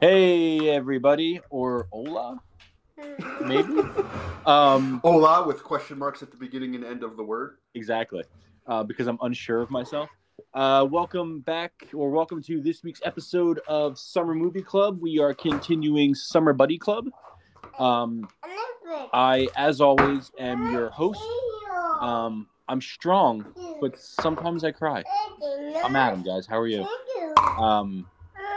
Hey, everybody, or hola, maybe. um, Hola with question marks at the beginning and end of the word. exactly, uh, because I'm unsure of myself. Uh, welcome back, or welcome to this week's episode of Summer Movie Club. We are continuing Summer Buddy Club. Um, I, as always, am your host. Um, I'm strong, but sometimes I cry. I'm Adam, guys. How are you? Um,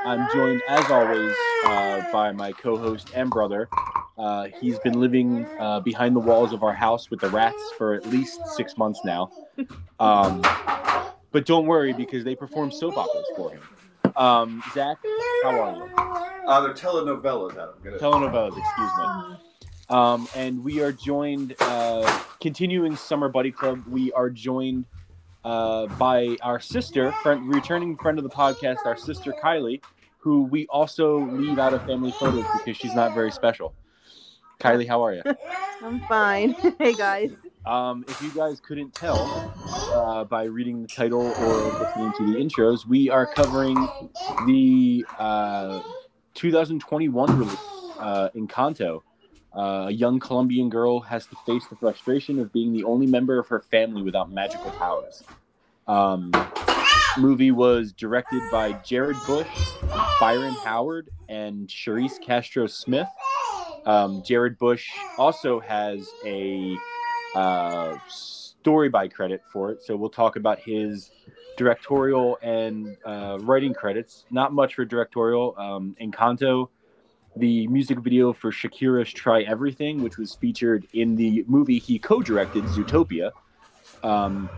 I'm joined, as always, uh, by my co-host and brother. Uh, he's been living uh, behind the walls of our house with the rats for at least six months now. Um, but don't worry, because they perform soap operas for him. Um, Zach, how are you? Uh, they're telenovelas, Adam. Get it? Telenovelas, excuse me. Um, and we are joined, uh, continuing Summer Buddy Club, we are joined uh, by our sister, friend, returning friend of the podcast, our sister Kylie, who we also leave out of family photos because she's not very special. Kylie, how are you? I'm fine. hey guys. Um, if you guys couldn't tell uh, by reading the title or listening to the intros, we are covering the uh, 2021 release uh, Encanto. Uh, a young Colombian girl has to face the frustration of being the only member of her family without magical powers. Um, movie was directed by Jared Bush, Byron Howard, and Charisse Castro Smith. Um, Jared Bush also has a uh, story by credit for it, so we'll talk about his directorial and uh, writing credits. Not much for directorial. Um, Encanto, the music video for Shakira's "Try Everything," which was featured in the movie he co-directed, Zootopia. Um,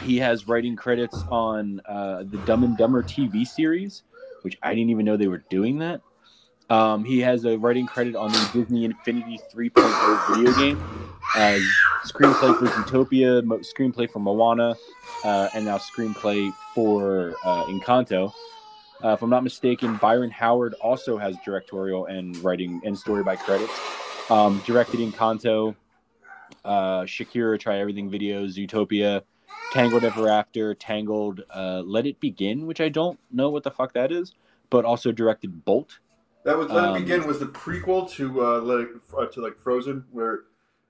he has writing credits on uh, the Dumb and Dumber TV series, which I didn't even know they were doing that. Um, he has a writing credit on the Disney Infinity 3.0 video game, uh, screenplay for Zootopia, mo- screenplay for Moana, uh, and now screenplay for uh, Encanto. Uh, if I'm not mistaken, Byron Howard also has directorial and writing and story by credits. Um, directed Encanto, uh, Shakira, Try Everything videos, Zootopia, Tangled Ever After, Tangled, uh, Let It Begin, which I don't know what the fuck that is, but also directed Bolt. That was Let Um, It Begin was the prequel to uh, Let It uh, to like Frozen, where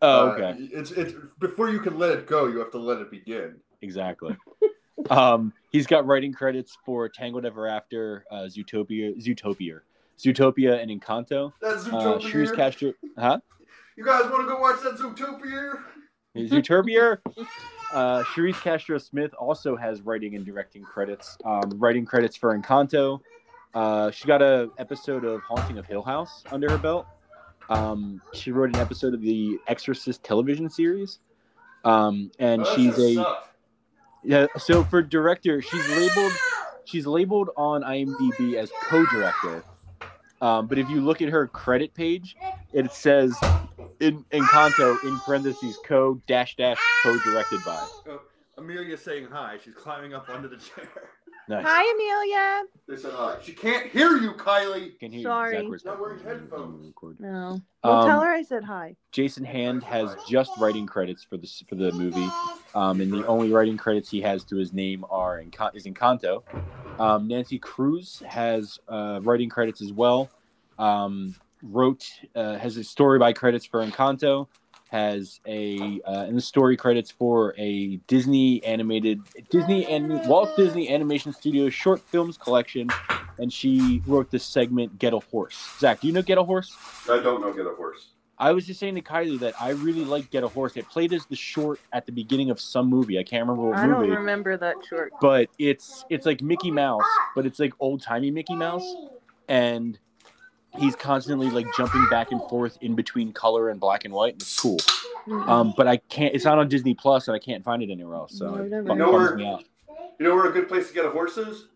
Oh, uh, okay. it's it's before you can let it go, you have to let it begin. Exactly. um, he's got writing credits for Tangled Ever After, uh, Zootopia, Zootopia, Zootopia, and Encanto. That's Uh, Zootopia. Shrews Castro, huh? you guys want to go watch that Zootopia? Zootopia. Uh, Sharice Castro Smith also has writing and directing credits. Um, writing credits for Encanto. Uh, she got a episode of Haunting of Hill House under her belt. Um, she wrote an episode of the Exorcist television series. Um, and Oh, that she's shit a sucked. Yeah, so for director, she's labeled she's labeled on IMDb as co-director. Um, but if you look at her credit page, it says in Encanto in parentheses co dash dash co-directed by. Amelia's saying hi. She's climbing up under the chair. Nice. Hi Amelia. They said hi. She can't hear you, Kylie. Can hear Sorry. Zach was- Not wearing headphones. No. Well, tell Um, her I said hi. Jason Hand has just writing credits for the for the movie, um, and the only writing credits he has to his name are in is Encanto. Um, Nancy Cruz has uh, writing credits as well. Um, wrote uh, has a story by credits for Encanto, has a uh, and the story credits for a Disney animated Disney and Walt Disney Animation Studios short films collection, and she wrote this segment "Get a Horse." Zach, do you know "Get a Horse"? I don't know. Get a horse. I was just saying to Kylie that I really like Get a Horse. It played as the short at the beginning of some movie. I can't remember what I don't movie, remember that short. but it's it's like Mickey Mouse, but it's like old timey Mickey Mouse, and he's constantly like jumping back and forth in between color and black and white. And it's cool. Mm-hmm. Um, but I can't. It's not on Disney Plus, and I can't find it anywhere else. So No, it never bum- mind. bums me out. You know where a good place to get a horse is?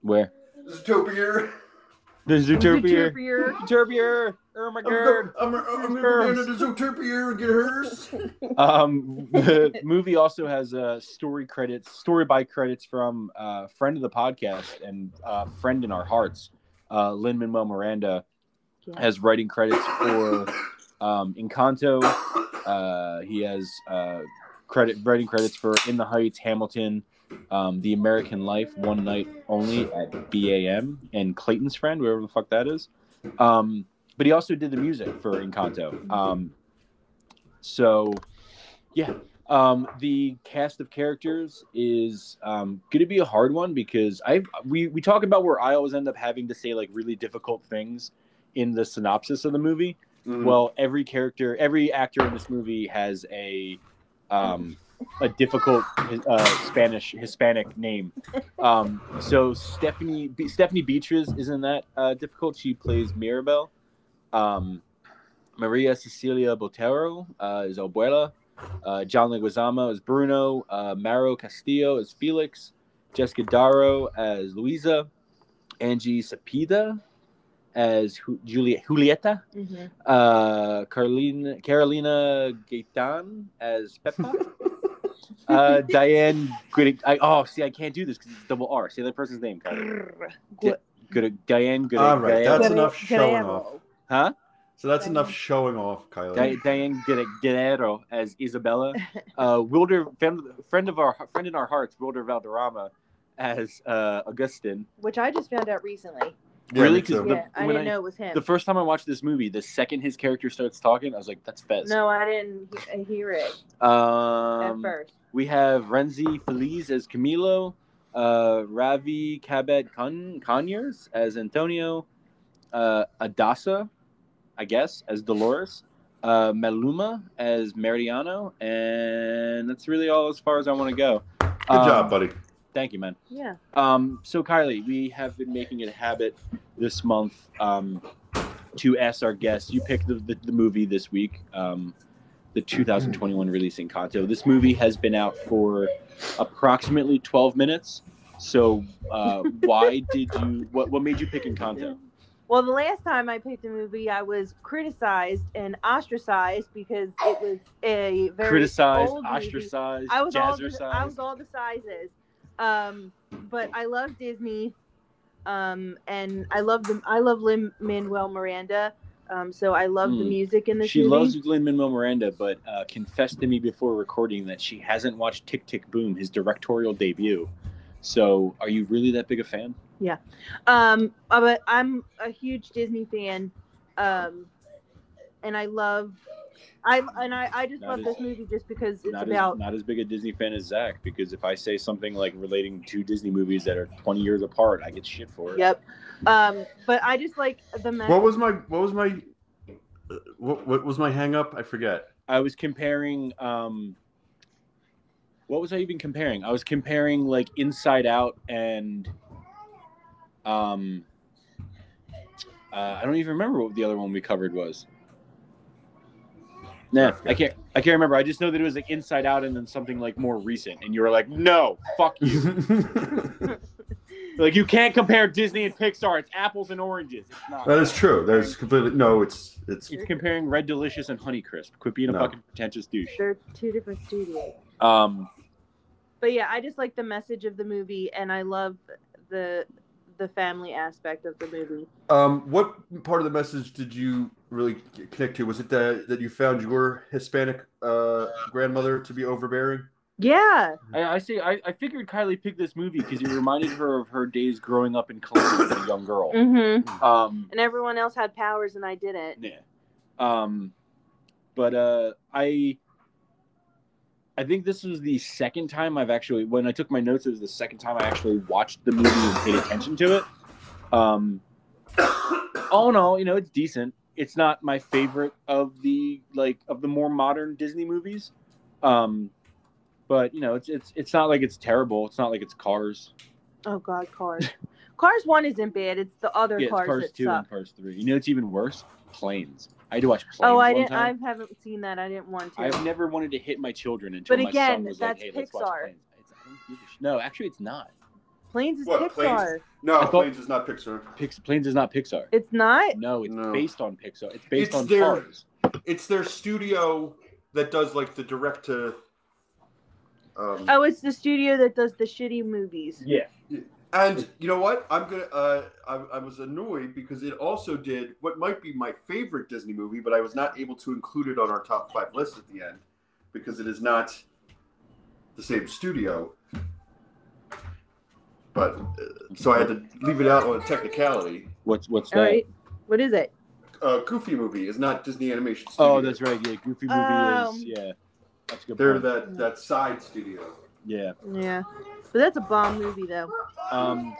Where Zootopia. the Zootopia? Zootopia. Zootopia. Oh my I'm god. go- I'm, I'm gonna go to Zootopia and get hers. um, the movie also has uh, story credits, story by credits from uh, friend of the podcast and uh, friend in our hearts, uh, Lin Manuel Miranda, Yeah. has writing credits for um, Encanto. Uh, he has uh, credit writing credits for In the Heights, Hamilton, um, The American Life, One Night Only at BAM, and Clayton's Friend, whatever the fuck that is. Um, but he also did the music for Encanto. Um, so, yeah, um, the cast of characters is um, going to be a hard one because I we we talk about where I always end up having to say like really difficult things in the synopsis of the movie. Mhm. Well, every character, every actor in this movie has a um, a difficult uh, Spanish Hispanic name. Um, so Stephanie Be- Stephanie Beatriz isn't that uh, difficult. She plays Mirabel. Um, Maria Cecilia Botero uh, is Abuela. Uh, John Leguizamo is Bruno. Uh, Maro Castillo is Felix. Jessica Darrow as Luisa. Angie Sapida as Ju- Julia- Julieta hmm uh, Carlina Carolina Gaetan as Peppa. uh, Diane Good. I, oh, see, I can't do this because it's double R. Say that person's name, Carly. Mm-hmm. Good. Diane Good. All right, Diane, that's enough showing off. huh? So that's enough showing off, Kylie. Di- Diane Guer- Guerrero as Isabella. Uh, Wilder, fam- friend of our friend in our hearts, Wilder Valderrama as uh, Augustine. Which I just found out recently. Yeah, really? me too. The- yeah, I when didn't I- know it was him. The first time I watched this movie, the second his character starts talking, I was like, "That's Fez." no, I didn't he- uh, hear it at um, first. We have Renzi Feliz as Camilo, uh, Ravi Cabet Con- Conyers as Antonio, uh, Adassa, I guess, as Dolores, uh, Maluma as Mariano, and that's really all as far as I want to go. Good um, job, buddy. Thank you, man. Yeah. Um, so, Kylie, we have been making it a habit this month um, to ask our guests. You picked the, the, the movie this week, um, the 2021 release Encanto. This movie has been out for approximately 12 minutes. So, uh, why did you? What what made you pick Encanto? Well, the last time I picked a movie, I was criticized and ostracized because it was a very Criticized, old movie. ostracized, I was all the, jazzercised. I was all the sizes, um, but I love Disney, um, and I love them. I love Lin Manuel Miranda, um, so I love the Hmm. music in this she movie. loves Lin Manuel Miranda, but uh, confessed to me before recording that she hasn't watched Tick Tick Boom, his directorial debut. So, are you really that big a fan? Um, uh, but I'm a huge Disney fan, um, and I love. I and I, I just Not love as- this movie just because it's not about as, not as big a Disney fan as Zach because if I say something like relating to Disney movies that are 20 years apart, I get shit for it. yep. Um, but I just like the men. What was my what was my uh, what, what was my hang up? I forget. I was comparing. Um, what was I even comparing? I was comparing like Inside Out and. Um, uh, I don't even remember what the other one we covered was. Nah, I can't. I can't remember. I just know that it was like Inside Out and then something like more recent. And you were like, "No, fuck you." that Like you can't compare Disney and Pixar. It's apples and oranges. It's not. is true. That is completely no. It's it's It's comparing Red Delicious and Honeycrisp. Quit being a No. fucking pretentious douche. They're two different studios. Um, but yeah i just like the message of the movie and i love the the family aspect of the movie um. What part of the message did you really connect to? Was it that that you found your Hispanic uh, grandmother to be overbearing? yeah I, I say I, I figured Kylie picked this movie because it reminded her of her days growing up in Colombia as a young girl. mm-hmm. Um, and everyone else had powers and i didn't yeah. Um, but uh, I I think this was the second time I've actually when I took my notes. It was the second time I actually watched the movie and paid attention to it. Um, all in all, you know, it's decent. It's not my favorite of the like of the more modern Disney movies, um, but you know, it's it's it's not like it's terrible. It's not like it's Cars. oh god cars cars one isn't bad it's the other Yeah, it's cars, Cars that two suck and Cars three. You know, it's even worse. Planes. I had to watch Planes. oh i one didn't time. i haven't seen that i didn't want to I've never wanted to hit my children until But my again, son was that's like, "Hey, let's watch Pixar. Planes." It's, I don't give a sh- no, actually, it's not. planes is What, pixar Planes? No, I thought- Planes is not Pixar. Pix- Planes is not Pixar. it's not no, it's No. based on Pixar. It's based It's on their- Cars. It's their studio that does like the direct to. Um, oh it's the studio that does the shitty movies Yeah. And you know what? I'm gonna. Uh, I, I was annoyed because it also did what might be my favorite Disney movie, but I was not able to include it on our top five list at the end because it is not the same studio. But uh, so I had to leave it out on a technicality. What's what's all that? right What is it? Uh, Goofy movie is not Disney Animation Studio. Oh, that's right. Yeah, Goofy movie Um, is yeah. That's a good. They're point. that that side studio. yeah. Yeah. But that's a bomb movie though. Um,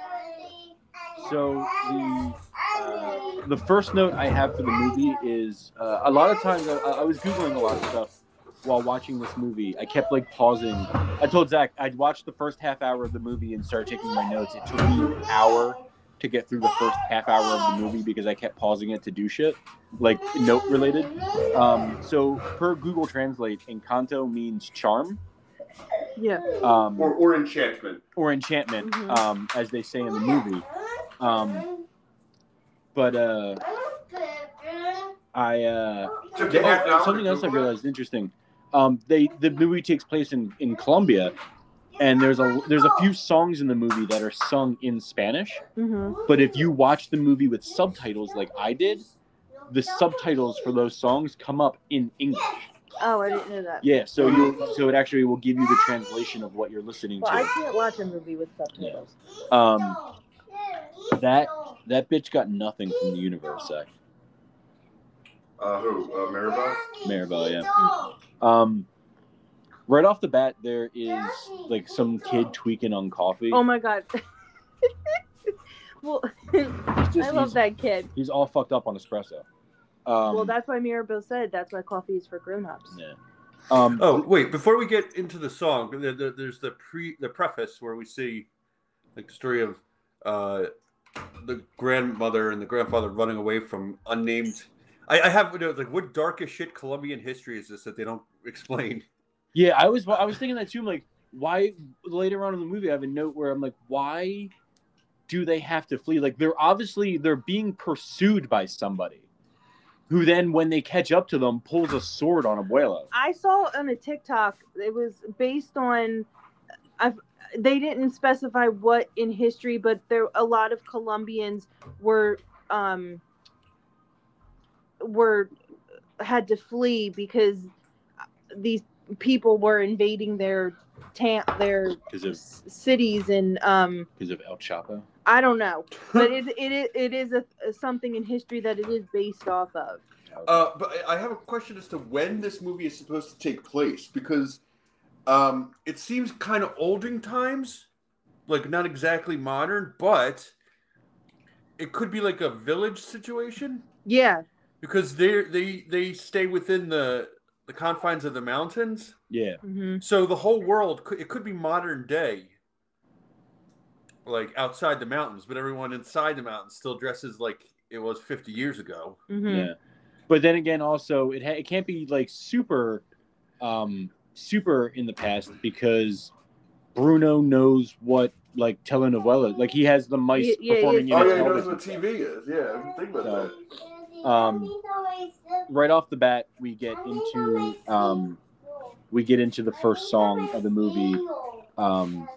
so the uh, the first note I have for the movie is uh, a lot of times I, I was googling a lot of stuff while watching this movie. I kept like pausing. I told Zach I'd watched the first half hour of the movie and started taking my notes. It took me an hour to get through the first half hour of the movie because I kept pausing it to do shit like note related. Um, so per Google Translate, Encanto means charm. Yeah. Um, Or or Enchantment. or enchantment, Mhm. um, as they say in the movie. Um, but uh, I uh, Took you half an hour oh, to something else I Google it? realized interesting. Um, they the movie takes place in, in Colombia, and there's a there's a few songs in the movie that are sung in Spanish. Mm-hmm. But if you watch the movie with subtitles like I did, the subtitles for those songs come up in English. Oh, I didn't know that. Yeah, so you so it actually will give you the translation of what you're listening Well, I to. can't watch a movie with subtitles. Um, that that bitch got nothing from the universe. Zach. Uh, who? Uh, Maribel? Maribel, Um, right off the bat, there is like some kid tweaking on coffee. Oh my god. well, He's just- I love he's, that kid. He's all fucked up on espresso. Um, well, that's why Mirabeau said that's why coffee is for grown-ups. yeah. Um, Oh wait! Before we get into the song, there, there, there's the pre the preface where we see like the story of uh, the grandmother and the grandfather running away from unnamed. I, I have you know, like what darkest shit Colombian history is this that they don't explain? yeah, I was I was thinking that too. I'm like, why later on in the movie I have a note where I'm like, why do they have to flee? Like they're obviously they're being pursued by somebody, who then when they catch up to them pulls a sword on Abuelo. I saw on a TikTok it was based on I've they didn't specify what in history, but there a lot of Colombians were um were had to flee because these people were invading their ta- their Because of s- cities and um because of El Chapo. I don't know, but it it is, it is a, a something in history that it is based off of. Uh, but I- I have a question as to when this movie is supposed to take place because um, it seems kind of olden times, like not exactly modern, but it could be like a village situation Yeah, because they they they stay within the the confines of the mountains. yeah. hmm So the whole world could it could be modern day, like outside the mountains, but everyone inside the mountains still dresses like it was 50 years ago. hmm Yeah. But then again, also it ha- it can't be like super, um, super in the past because Bruno knows what like telenovela like he has the mice Yeah, yeah, performing yeah. oh, in his yeah, he knows pelvis what and stuff. TV is. Yeah, I didn't think about So- that. Um, Right off the bat, we get into um, we get into the first song of the movie. Um,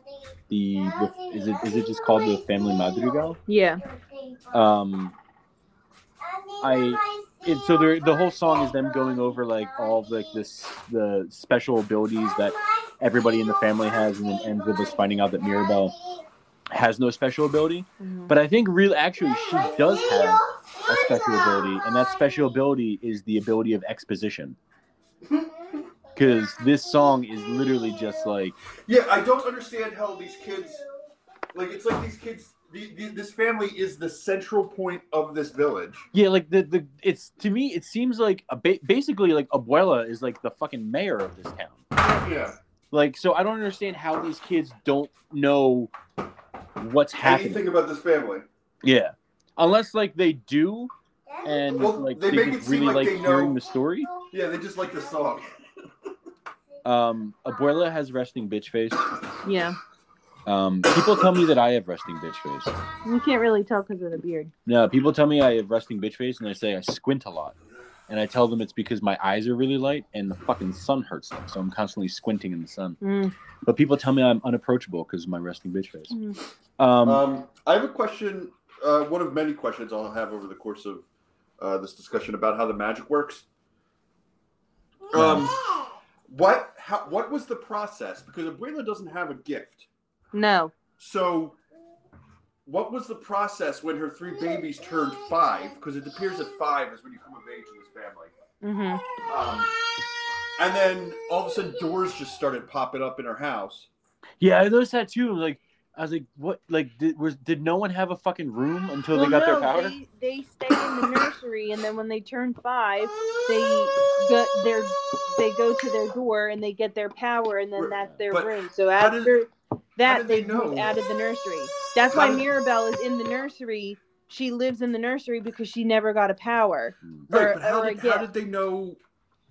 the, the is it is it just called the Family Madrigal? yeah. Um, I- it, so the the whole song is them going over like all of like this the special abilities that everybody in the family has, and then ends with us finding out that Mirabelle has no special ability. Mhm. But I think really actually she does have a special ability, and that special ability is the ability of exposition. Because this song is literally just like Yeah, I don't understand how these kids, like, it's like these kids, the, the, this family is the central point of this village. yeah, like the the it's to me it seems like a ba- basically like Abuela is like the fucking mayor of this town. Yeah. Like, so I don't understand how these kids don't know what's happening. Anything about this family. Yeah, unless like they do, and Well, like they they, make it just seem really like like, Oh, they know- hearing the story. Yeah, they just like the song. Um, Abuela has resting bitch face. Yeah, Um, people tell me that I have resting bitch face. you can't really tell because of the beard. No, people tell me I have resting bitch face, and they say I squint a lot. And I tell them it's because my eyes are really light and the fucking sun hurts them, so I'm constantly squinting in the sun. Mm. But people tell me I'm unapproachable because of my resting bitch face. Mm. Um, Um, I have a question, uh, one of many questions I'll have over the course of uh, this discussion about how the magic works. Um, what how, what was the process? Because Abuela doesn't have a gift, No. so what was the process when her three babies turned five? Because it appears that five is when you come of age in this family. hmm Um, and then all of a sudden, doors just started popping up in her house. Yeah, I noticed that too. Like, I was like, what? Like, did was did no one have a fucking room until they got their power? They, they stay in the nursery, and then when they turn five, they get their they go to their door and they get their power, and then that's their But room. So how did- after that, did they, they know? move out of the nursery. That's How why did- Mirabelle is in the nursery. She lives in the nursery because she never got a power. Right, Or- but how or a did, how gift. did they know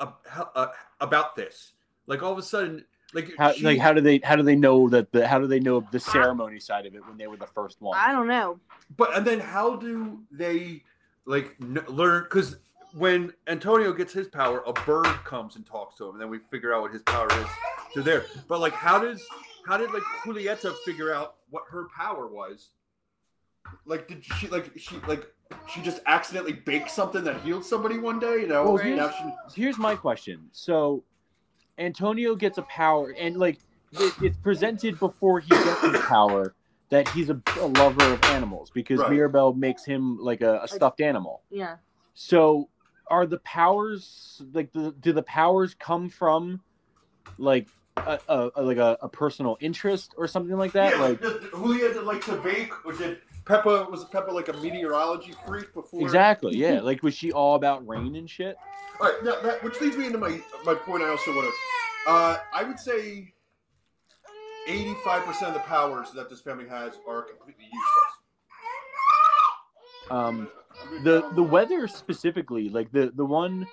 ab- how- uh, about this? Like all of a sudden, like How, she- like, how do they how do they know that the how do they know the ceremony side of it when they were the first one? I don't know. But and then how do they like n- learn? Because when Antonio gets his power, a bird comes and talks to him, and then we figure out what his power is to there. But like, how does how did like Julieta figure out what her power was? Like, did she like she like she just accidentally baked something that healed somebody one day? You know, Well, And now here's- she- Here's my question. So, Antonio gets a power, and like it, it's presented before he gets his power that he's a, a lover of animals because Right. Mirabelle makes him like a, a stuffed animal. Yeah. So, are the powers like the, do the powers come from like a, a, a- like a, a personal interest or something like that? yeah, Like did- did Julia did like to bake, or did Peppa was Peppa like a meteorology freak before? exactly, yeah. Like was she all about rain and shit? All right, now, that, which leads me into my my point. I also want to, uh, I would say, eighty five percent of the powers that this family has are completely useless. Um, the the weather specifically, like the the one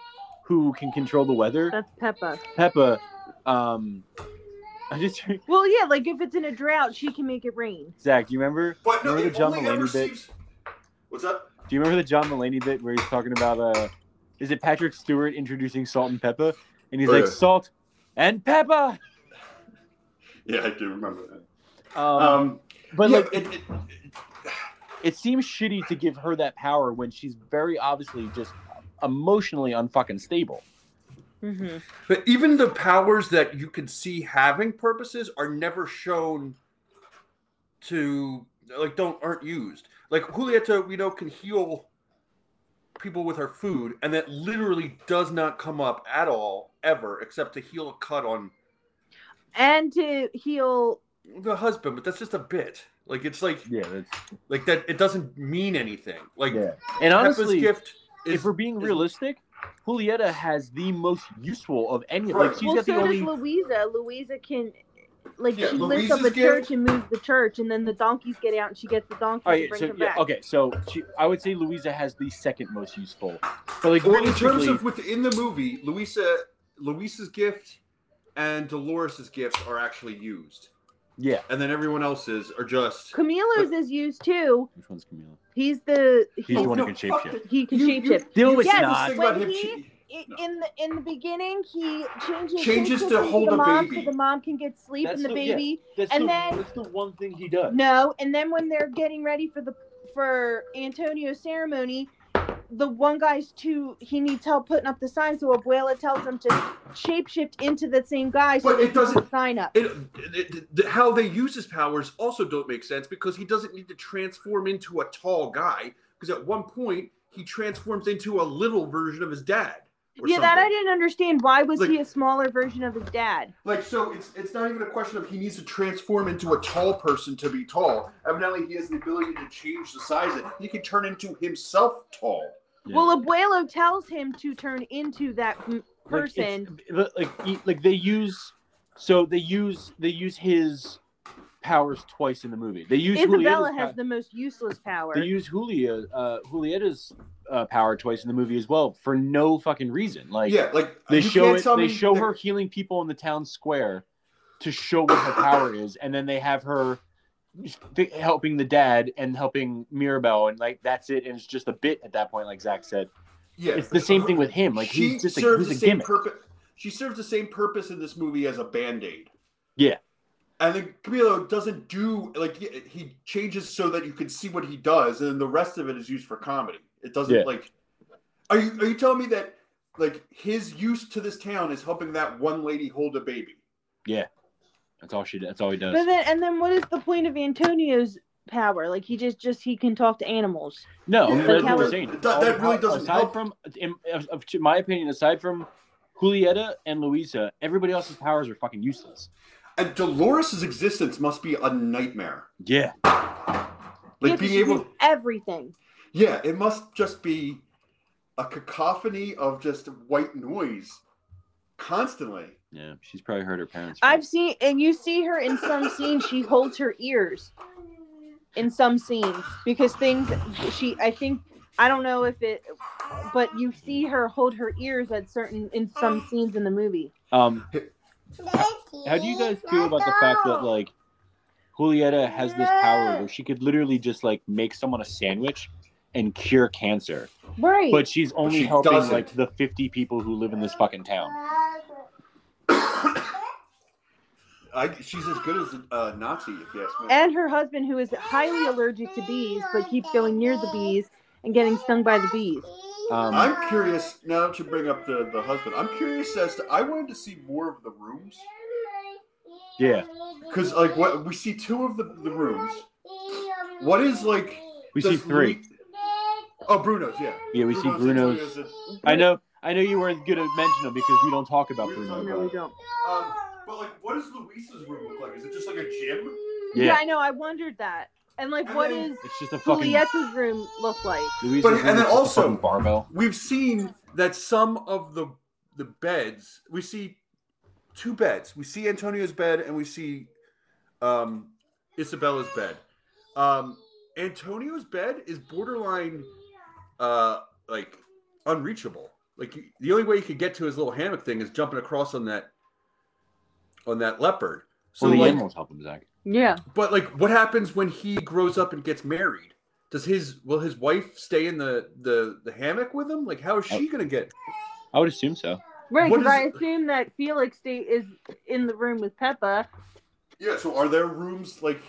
who can control the weather. That's Peppa. Peppa, um, I just Well, yeah, like if it's in a drought, she can make it rain. Zach, do you remember? But no, Remember it the John only ever Mulaney bit? seems. What's up? Do you remember the John Mulaney bit where he's talking about uh, is it Patrick Stewart introducing Salt and Peppa, and he's Oh, like yeah. Salt and Peppa. Yeah, I do remember Um, that. Um, but yeah, like, it, it, it seems shitty to give her that power when she's very obviously just emotionally unfucking stable. Mm-hmm. But even the powers that you can see having purposes are never shown to like don't aren't used. Like Julieta, we know can heal people with her food, and that literally does not come up at all ever, except to heal a cut on And to heal, the husband. But that's just a bit. Like it's like Yeah, that's, like that. It doesn't mean anything. Like yeah. And Peppa's honestly, gift if is we're being is- realistic, Julieta has the most useful of any. Right. Like she's well, got so the does only. Louisa. Louisa can, like, Yeah, she lifts up a Louisa's church and moves the church, and then the donkeys get out, and she gets the donkeys All and right, brings so them Oh, yeah, back. okay, so she, I would say Louisa has the second most useful, but like well, in terms realistically- of within the movie, Louisa, Luisa's gift, and Dolores's gifts are actually used, yeah, and then everyone else's are just. Camilo's is used too. which one's Camila? He's the He's he's- the one who no, can fuck shapeshift. it. he can You- you- shapeshift. No, you it's said this not. thing about When him he- che- I- No. In the in the beginning, he changes Changes to shapeshifting hold the a mom, baby. so the mom can get sleep, That's and the the- yeah. baby That's And the, then- that's the one thing he does. No, and then when they're getting ready for the for Antonio's ceremony, the one guy's too he needs help putting up the sign, so Abuela tells him to shapeshift into the same guy so But they it can put doesn't- the sign up. it, it- it- how they use his powers also don't make sense because he doesn't need to transform into a tall guy because at one point he transforms into a little version of his dad. or Yeah, that I something. didn't understand. Why was Like- he a smaller version of his dad? Like so, it's it's not even a question of he needs to transform into a tall person to be tall. Evidently, he has the ability to change the size. Of, he can turn into himself tall. Yeah. Well, Abuelo tells him to turn into that m- Like, person. it's- but, like, he- like they use, so they use they use his powers twice in the movie. They use Isabella Julieta's has pow- the most useless power. they use Julia uh, Julieta's uh, power twice in the movie as well for no fucking reason. Like yeah, like They you show can't it. tell They me show that- her healing people in the town square to show what her power is, and then they have her f- helping the dad and helping Mirabelle, and like that's it. And it's just a bit at that point, like Zach said. Yeah, It's the same thing with him. Like she he's just a, serves he's a the same gimmick. purpose. She serves the same purpose in this movie as a band aid. Yeah. And then Camilo doesn't do like he- he changes so that you can see what he does, and then the rest of it is used for comedy. It doesn't Yeah. like. Are you are you telling me that like his use to this town is helping that one lady hold a baby? That's all she. That's all he does. But then, and then, what is the point of Antonio's power. Like he just just he can talk to animals. No, Yeah, that's how what it- we're saying. that- that really doesn't aside help. from, in, of- of- to my opinion, aside from Julieta and Louisa, everybody else's powers are fucking useless. And Dolores's existence must be a nightmare. Yeah, Like Yeah, 'cause being she able, can do everything. yeah, it must just be a cacophony of just white noise constantly. yeah. She's probably heard her parents. I've seen and you see her in some scenes she holds her ears in some scenes because things she I think I don't know if it but you see her hold her ears at certain in some scenes in the movie. Um, how How do you guys feel about the fact that like Julieta has this power where she could literally just like make someone a sandwich and cure cancer, Right. but she's only she helping doesn't. like the fifty people who live in this fucking town. I, she's as good as a uh, Nazi, if you ask me. and her husband who is highly allergic to bees but keeps going near the bees and getting stung by the bees. Um, I'm curious now that you bring up the, the husband. I'm curious as to I wanted to see more of the rooms Yeah. because like what we see two of the, the rooms. What is, like- We Does see three. Lu- Oh, Bruno's, yeah. Yeah, we see Bruno's- Bruno's. I know, I know you weren't gonna mention them because we don't talk about We don't Bruno. talk No, but- we don't. Um, but like, what does Luisa's room look like? Is it just like a gym? Yeah. Yeah, I know. I wondered that. And like, And what then- is It's just a fucking. Juliet's room look like? Louisa's But- and room then is just a also- fucking barbell. We've seen that some of the the beds we see two beds. We see Antonio's bed and we see um, Isabella's bed. Um, Antonio's bed is borderline uh, like unreachable. Like you- the only way you could get to his little hammock thing is jumping across on that on that leopard. So So the like, animals help him, Zach. Yeah. but like, what happens when he grows up and gets married? Does his will his wife stay in the the, the hammock with him? Like, how is she gonna get? I would assume so. Right, What because I is- assume that Felix stay is in the room with Peppa. Yeah. So are there rooms like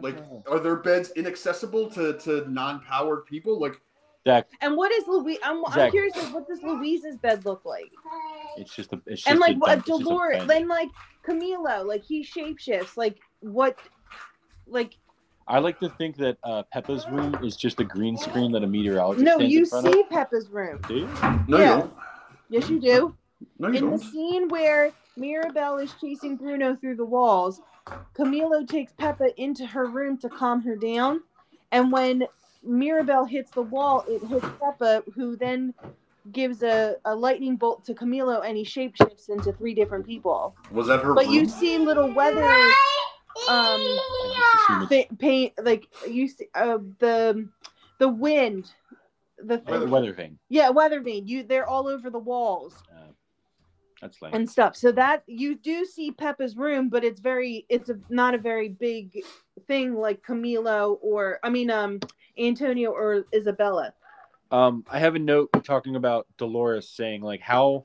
like are there beds inaccessible to to non-powered people? Like Zach, And what is Louise? I'm, I'm Zach. curious, like, what does Louise's bed look like? it's just a. It's just And a like, dump- what it's just a Dolores? bed. Then like Camilo, like he shapeshifts. Like what? Like I like to think that uh, Peppa's room is just a green screen that a meteorologist no, stands you in front see of. Peppa's room. Do you? no, Yeah. you don't. Yes, you do. No, you In the don't. scene where Mirabelle is chasing Bruno through the walls, Camilo takes Peppa into her room to calm her down. And when Mirabelle hits the wall, it hits Peppa, who then gives a, a lightning bolt to Camilo and he shapeshifts into three different people. Was that her But room? you see little weather um, I just assume fa- paint, like you see uh, the, the wind. The it's a thing. weather thing. yeah, weather vane. You they're all over the walls Uh, that's lame. and stuff. So that you do see Peppa's room, but it's very it's a, not a very big thing like Camilo or I mean um Antonio or Isabella. Um, I have a note talking about Dolores saying like how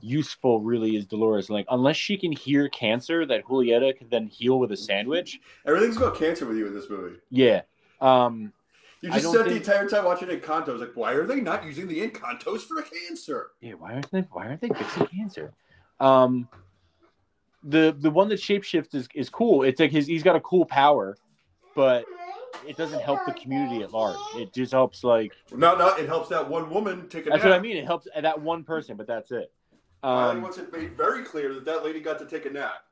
useful really is Dolores? Like unless she can hear cancer that Julieta can then heal with a sandwich. Everything's about cancer with you in this movie. Yeah. Um, You I just don't said think- the entire time watching Encantos, like, why are they not using the Encantos for cancer? yeah. Why aren't they? Why aren't they fixing cancer? Um, the the one that shapeshifts is is cool. It's like his he's got a cool power, but it doesn't help the community at large. It just helps like No, no, it helps that one woman take a that's nap. what I mean. It helps that one person, but that's it. Riley Um, wants it made very clear that that lady got to take a nap.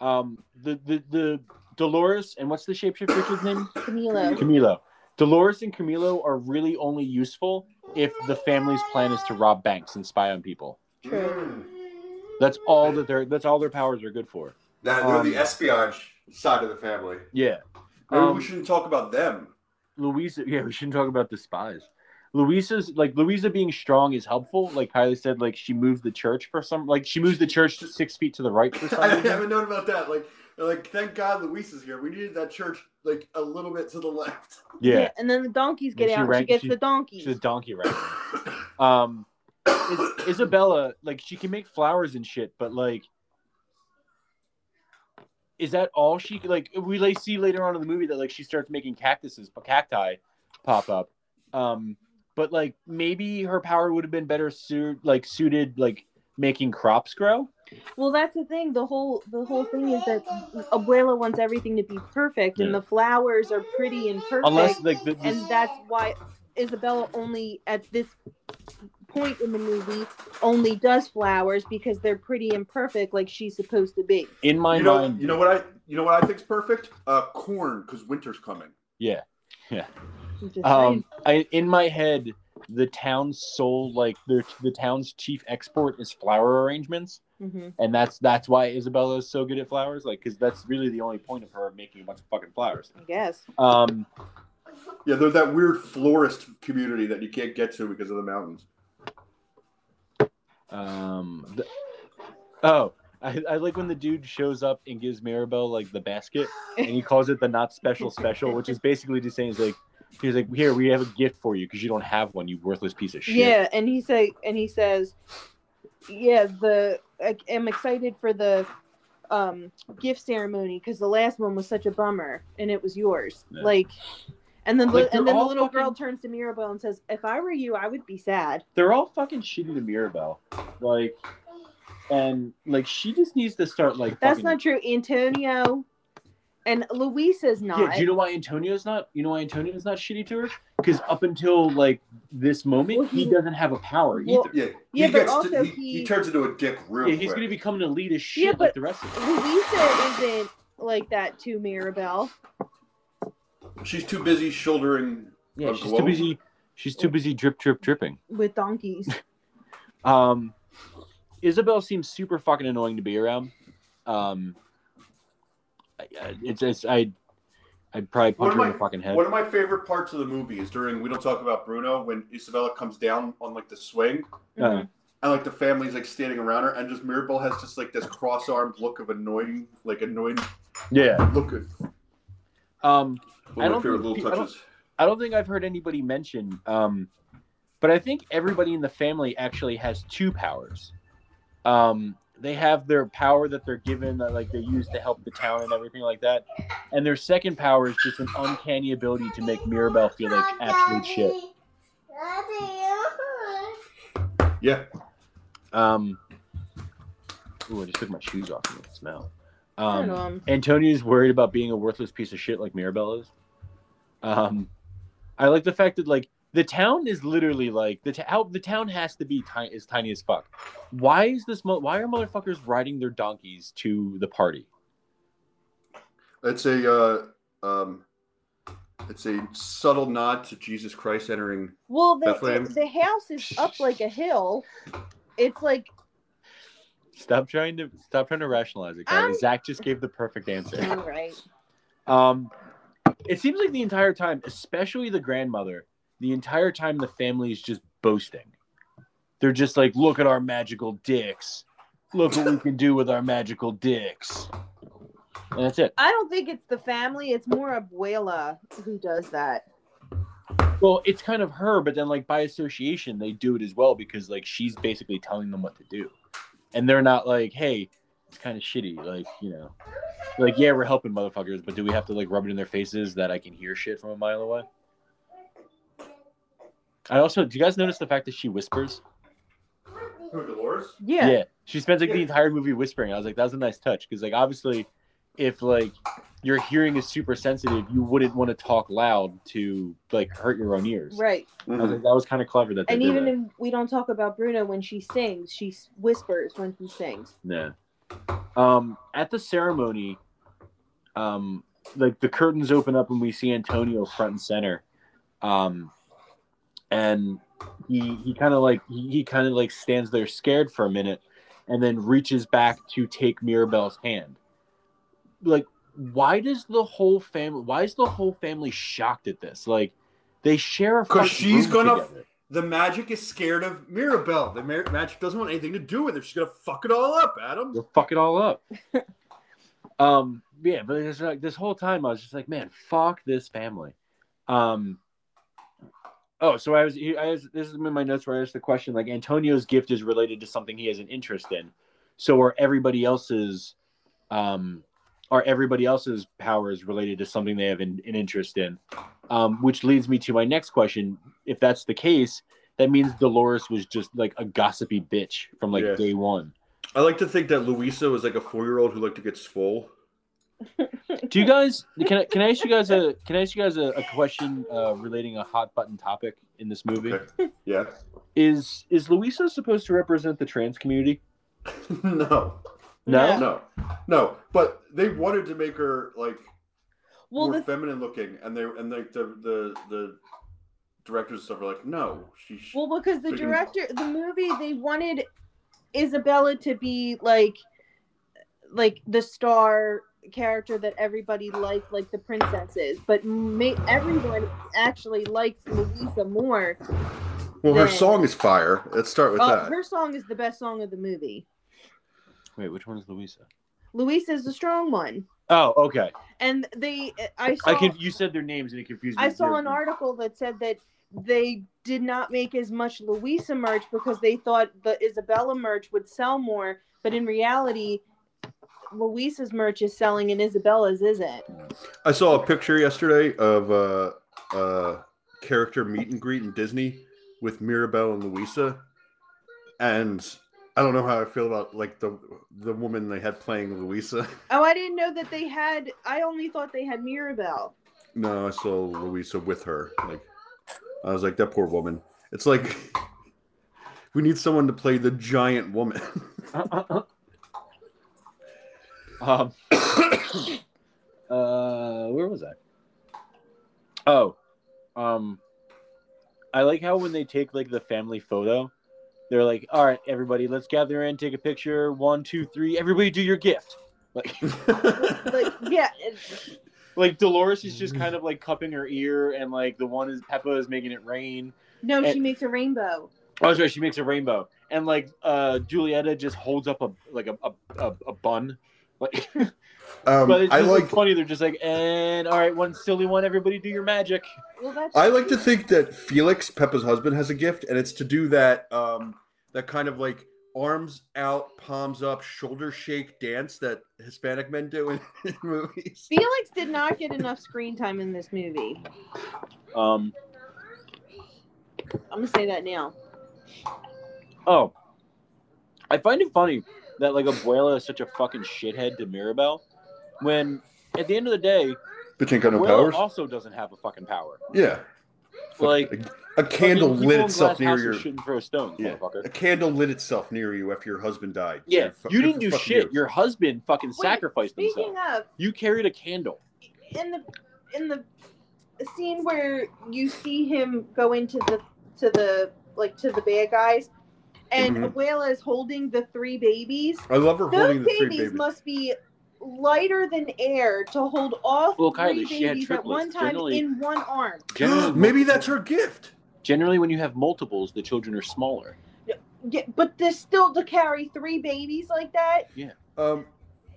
um, the the the Dolores and what's the shapeshifter kid's name? Camilo. Camilo. Dolores and Camilo are really only useful if the family's plan is to rob banks and spy on people. Mm. True. That's all that they're. That's all their powers are good for. That Um, they're the espionage side of the family. Yeah. Maybe Um, we shouldn't talk about them. Louisa. Yeah, we shouldn't talk about the spies. Louisa's like Louisa being strong is helpful. Like Kylie said, like she moved the church for some. Like she moves the church six feet to the right for I some reason. haven't known about that. Like, they're like thank God Luis is here. We needed that church like a little bit to the left. Yeah, And then the donkeys get And she out. and she ran- gets she- the donkeys. she's a donkey right. Um, Is- Isabella, like she can make flowers and shit, but like, is that all she like? We like, see later on in the movie that like she starts making cactuses, cacti pop up. Um, but like maybe her power would have been better suited, like suited, like making crops grow. Well, that's the thing. The whole the whole thing is that Abuela wants everything to be perfect, and Yeah. the flowers are pretty and perfect. Unless like the, this, and that's why Isabella only at this point in the movie only does flowers because they're pretty and perfect, like she's supposed to be. in my you know, mind, you know what I, you know what I think's perfect? Uh, corn, because winter's coming. yeah. I'm just Um, saying. I, in my head, the town's sole like their the town's chief export is flower arrangements, Mhm. and that's that's why Isabella is so good at flowers, like because that's really the only point of her making a bunch of fucking flowers. I guess. Um, Yeah, they're that weird florist community that you can't get to because of the mountains. um, th- oh, I, I like when the dude shows up and gives Mirabelle like the basket, and he calls it the not special special, which is basically just saying he's like. He's like, here we have a gift for you because you don't have one, you worthless piece of shit. Yeah, and he say and he says, "Yeah, the I am excited for the um gift ceremony because the last one was such a bummer, and it was yours." Yeah. Like, and then Like, the- they're and then the all little fucking- girl turns to Mirabelle and says, "If I were you, I would be sad." they're all fucking shitty to Mirabelle. Like, and like she just needs to start like. That's fucking- not true. Antonio and Luisa's not. Yeah, do you know why Antonio's not? You know why Antonio's not shitty to her? Because up until like this moment, Well, he, he- doesn't have a power Well, either. Yeah, Yeah, he but gets to- also he, he- he turns into a dick real Yeah, he's quick. gonna become an elite as shit Yeah, like but- the rest of them. Luisa isn't like that to Mirabelle. She's too busy shouldering. Yeah, Of she's Glow? too busy. She's too busy drip drip dripping. with donkeys. Um, Isabel seems super fucking annoying to be around. Um, I- I- it's, it's I, I'd probably One punch of her in my the fucking head. one of my favorite parts of the movie is during we don't talk about Bruno when Isabella comes down on like the swing Uh, and like the family's like standing around her and just Mirabelle has just like this cross armed look of annoying like annoying yeah. look. Of, Um, one I of don't my think favorite little pe- I don't- touches. I don't think I've heard anybody mention, um, but I think everybody in the family actually has two powers. Um, they have their power that they're given, that like they use to help the town and everything like that, and their second power is just an uncanny ability to make Mirabelle feel like absolute shit. Yeah, Um, ooh, I just took my shoes off and it smell. I don't Um, know. Antonio's worried about being a worthless piece of shit like Mirabelle is. Um, I like the fact that like the town is literally like the t- how the town has to be tiny is tiny as fuck. Why is this? Mo- why are motherfuckers riding their donkeys to the party? it's a uh, um, it's a subtle nod to Jesus Christ entering Well, the, Bethlehem. the house is up like a hill. It's like Stop trying to stop trying to rationalize it, Kylie. I'm- Zach just gave the perfect answer. all right. Um, it seems like the entire time, especially the grandmother, the entire time the family is just boasting. They're just like, look at our magical dicks. Look what we can do with our magical dicks. And that's it. I don't think it's the family. It's more Abuela who does that. Well, it's kind of her, but then like by association, they do it as well because like she's basically telling them what to do, and they're not like, hey, it's kind of shitty, like you know, like yeah, we're helping motherfuckers, but do we have to like rub it in their faces that I can hear shit from a mile away? I also, do you guys notice the fact that she whispers? Who, Dolores? Yeah. she spends like the Yeah. entire movie whispering. I was like, that's a nice touch because like obviously, if like your hearing is super sensitive, you wouldn't want to talk loud to like hurt your own ears. Right. I Mm-hmm. was like, that was kind of clever that they And did even that. in we don't talk about Bruno when she sings, she s- whispers when she sings. Yeah. Um, at the ceremony, um, like the curtains open up and we see Antonio front and center. Um, and he he kind of like he, he kind of like stands there scared for a minute, and then reaches back to take Mirabelle's hand. Like, why does the whole family? Why is the whole family shocked at this? Like, they share a 'Cause fucking she's room gonna- together. The magic is scared of Mirabelle. The mar- magic doesn't want anything to do with her. She's gonna fuck it all up, Adam. You'll fuck it all up. um, yeah, but it's like this whole time I was just like, man, fuck this family. Um, oh, so I was, I was this is in my notes where I asked the question like Antonio's gift is related to something he has an interest in. So are everybody else's, um, are everybody else's powers related to something they have an, an interest in? Um, which leads me to my next question. If that's the case, that means Dolores was just like a gossipy bitch from like Yeah. day one. I like to think that Louisa was like a four year old who liked to get swole. Do you guys can I can I ask you guys a can I ask you guys a, a question uh, relating a hot button topic in this movie? Okay. Yeah. Is is Louisa supposed to represent the trans community? no. No. Yeah. No. No. But they wanted to make her like Well, more the feminine looking, and they and like the the the directors and stuff are like, no, she. sh- Well, because the Freaking- director, the movie, they wanted Isabella to be like, like the star character that everybody liked, like the princesses. But ma- everyone actually likes Louisa more. well, her then- song is fire. Let's start with Uh, that. her song is the best song of the movie. Wait, which one is Louisa? Louisa is the strong one, Oh, okay. and they, eh, I saw, I can you said their names and it confused me. I saw an article that said that they did not make as much Louisa merch because they thought the Isabella merch would sell more, but in reality, Louisa's merch is selling and Isabella's isn't. I saw a picture yesterday of a, a character meet and greet in Disney with Mirabelle and Louisa, and I don't know how I feel about like the the woman they had playing Louisa. Oh, I didn't know that they had. I only thought they had Mirabelle. No, I saw Louisa with her. Like, I was like, that poor woman. It's like we need someone to play the giant woman. article. Uh, um, uh where was I? Oh. Um I like how when they take like the family photo, they're like, all right, everybody, let's gather in, take a picture. One, two, three, everybody do your gift. Like Like, yeah, eh, it- like Dolores is just kind of like cupping her ear and like the one is Peppa is making it rain. no, she And- makes a rainbow. Oh that's right, she makes a rainbow. And like uh Julieta just holds up a like a a, a, a bun. Like um, but it's I just like funny, they're just like, and all right, one silly one, everybody do your magic. Well, that's. I like to think that Felix, Peppa's husband, has a gift, and it's to do that um, that kind of like arms out, palms up, shoulder shake dance that Hispanic men do in, in movies. Felix did not get enough screen time in this movie. Um I'm gonna say that now. Oh, I find it funny that like Abuela is such a fucking shithead to Mirabelle. When at the end of the day, But you ain't got no Abuela powers. also doesn't have a fucking power. Yeah, Like a, a candle fucking people lit in itself glass near houses your shouldn't throw stones, Yeah. motherfucker. a candle lit itself near you after your husband died. Yeah, You're fu- you you're didn't do fucking shit. you. Your husband fucking sacrificed Speaking himself. of, You carried a candle. in the in the scene where you see him go into the to the like to the bad guys and Mhm. Abuela is holding the three babies. I love her Those holding the babies, three babies. must be lighter than air to hold all Well, three Kylie, she had babies at one triplets. time Generally- in one arm. Generally, Maybe that's her gift. generally when you have multiples, the children are smaller. Yeah, but this still to carry three babies like that. Um,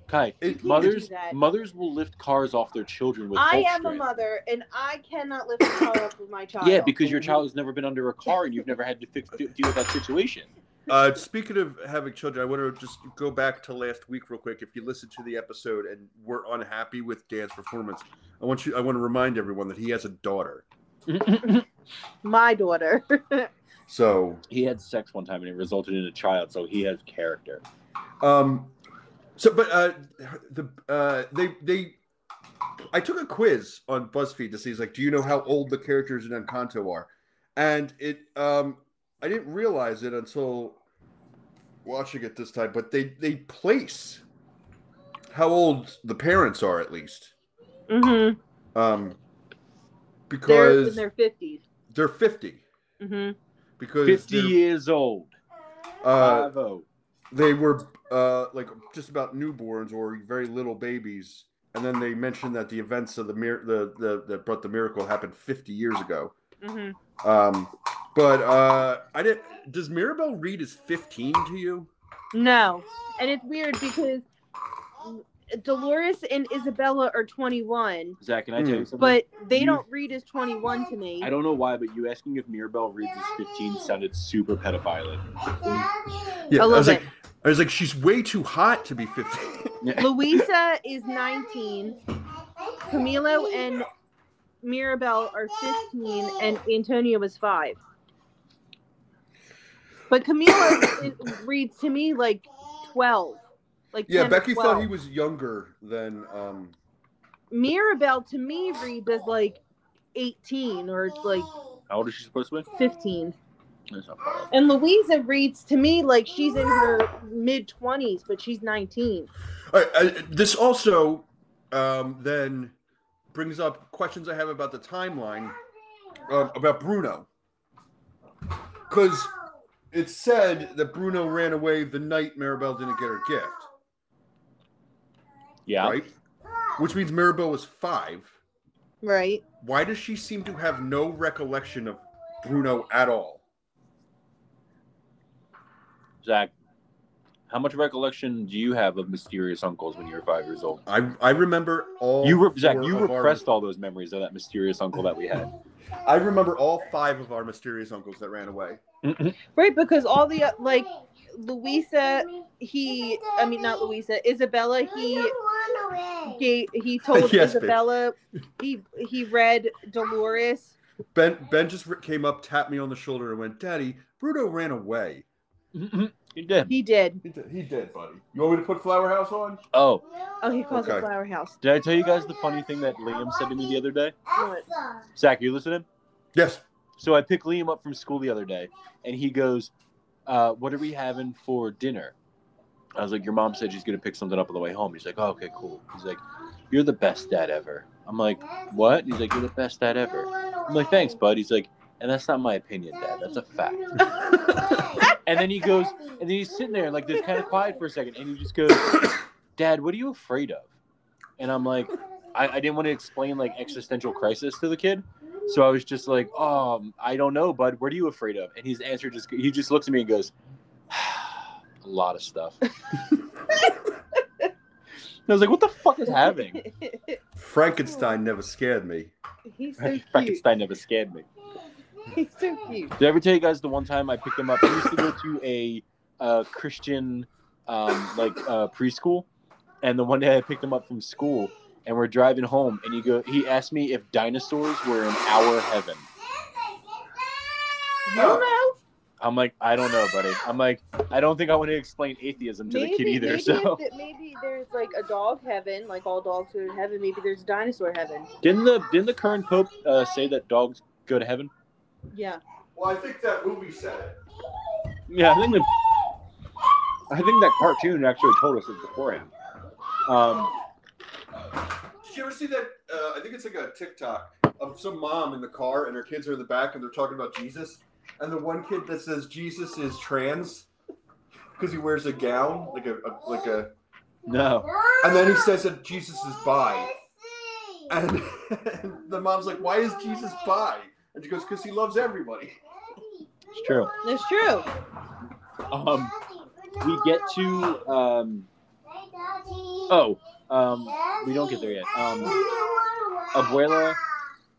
Kai, You can't do mothers that. mothers will lift cars off their children with. I rope am a strings. mother and I cannot lift a car up with my child. Yeah, because your child has never been under a car and you've never had to fix, deal with that situation. Uh, speaking of having children, I want to just go back to last week real quick. If you listened to the episode and were unhappy with Dan's performance, I want you. I want to remind everyone that he has a daughter. my daughter. So, he had sex one time and it resulted in a child, so he has character. um, so but uh, the uh, they they. I took a quiz on BuzzFeed to see, it's like, do you know how old the characters in Encanto are? And it, um, I didn't realize it until watching it this time, but they they place how old the parents are at least. mm-hmm. um, They're in because they're, their 50s 50 Mm-hmm. because 50 they're- years old. uh, Five oh. they were uh, like just about newborns or very little babies and then they mentioned that the events of the mir- the, the that brought the miracle happened 50 years ago Mm-hmm. um, but uh, i didn't does mirabelle read as 15 to you No. And it's weird because Dolores and Isabella are 21, Zach, can I tell you something? but they You- don't read as 21 to me. Mm. I don't know why, but you asking if Mirabelle reads as 15 sounded super pedophilic. yeah I i, love was it. like i was like she's way too hot to be 15 Louisa is 19, Camilo and Mirabelle are 15, and Antonio is 5. But Camilo it reads to me like twelve. Like Yeah, 10 or Becky 12. thought he was younger than um Mirabelle to me reads as like eighteen or like How old is she supposed to be? fifteen. That's not bad. And Louisa reads to me like she's in her mid twenties, but she's nineteen. All right, I, this also um, then brings up questions I have about the timeline uh, about Bruno, because it said that Bruno ran away the night Maribel didn't get her gift, Yeah. right? Which means Maribel was five. Right. Why does she seem to have no recollection of Bruno at all? Zach, how much recollection do you have of mysterious uncles when you were five years old? I I remember all You re- Zach, four you of our- repressed all those memories of that mysterious uncle that we had. I remember all five of our mysterious uncles that ran away. Right, because all the uh, like Louisa, he I mean not Louisa, Isabella, he gave he told Yes, babe. Isabella he he read Dolores. Ben Ben just r- came up, tapped me on the shoulder, and went, "Daddy, Bruno ran away." you did. He did. He did, he did buddy. You want me to put Flower House on? Oh, Oh, he calls Okay. it Flower House. did I tell you guys the funny thing that Liam said to me the other day? What? Zach, you listening? Yes. So I picked Liam up from school the other day, and he goes, uh, "What are we having for dinner?" I was like, "Your mom said she's gonna pick something up on the way home." He's like, oh, "Okay, cool." He's like, "You're the best dad ever." I'm like, "What?" He's like, "You're the best dad ever." I'm like, "Thanks, bud." He's like, "And that's not my opinion, dad. That's a fact." And then he goes, and then he's sitting there, and like, there's kind of quiet for a second, and he just goes, "Dad, what are you afraid of?" And I'm like, I, I didn't want to explain like existential crisis to the kid. So I was just like, um, I don't know, bud. What are you afraid of? And his answer just he just looks at me and goes, a lot of stuff. And I was like, what the fuck is happening? Frankenstein never scared me. He's so cute. Frankenstein never scared me. He's so cute. Did I ever tell you guys the one time I picked him up? I used to go to a uh, Christian um, like uh, preschool, and the one day I picked him up from school, and we're driving home, and he go he asked me if dinosaurs were in our heaven. You don't know? I'm like, I don't know, buddy. I'm like, I don't think I want to explain atheism to the kid either. maybe, so if it- maybe there's like a dog heaven, like all dogs go to heaven. Maybe there's dinosaur heaven. didn't the didn't the current pope uh, say that dogs go to heaven? Yeah. Well, I think that movie said it. Yeah, I think the I think that cartoon actually told us it beforehand. Um, Did you ever see that? Uh, I think it's like a TikTok of some mom in the car and her kids are in the back and they're talking about Jesus. And the one kid that says Jesus is trans because he wears a gown, like a, a like a, no, and then he says that Jesus is bi. And, and the mom's like, "Why is Jesus bi?" And she goes, "Because he loves everybody." it's true. That's true. Um, we get to um, oh, um, we don't get there yet. Um, Abuela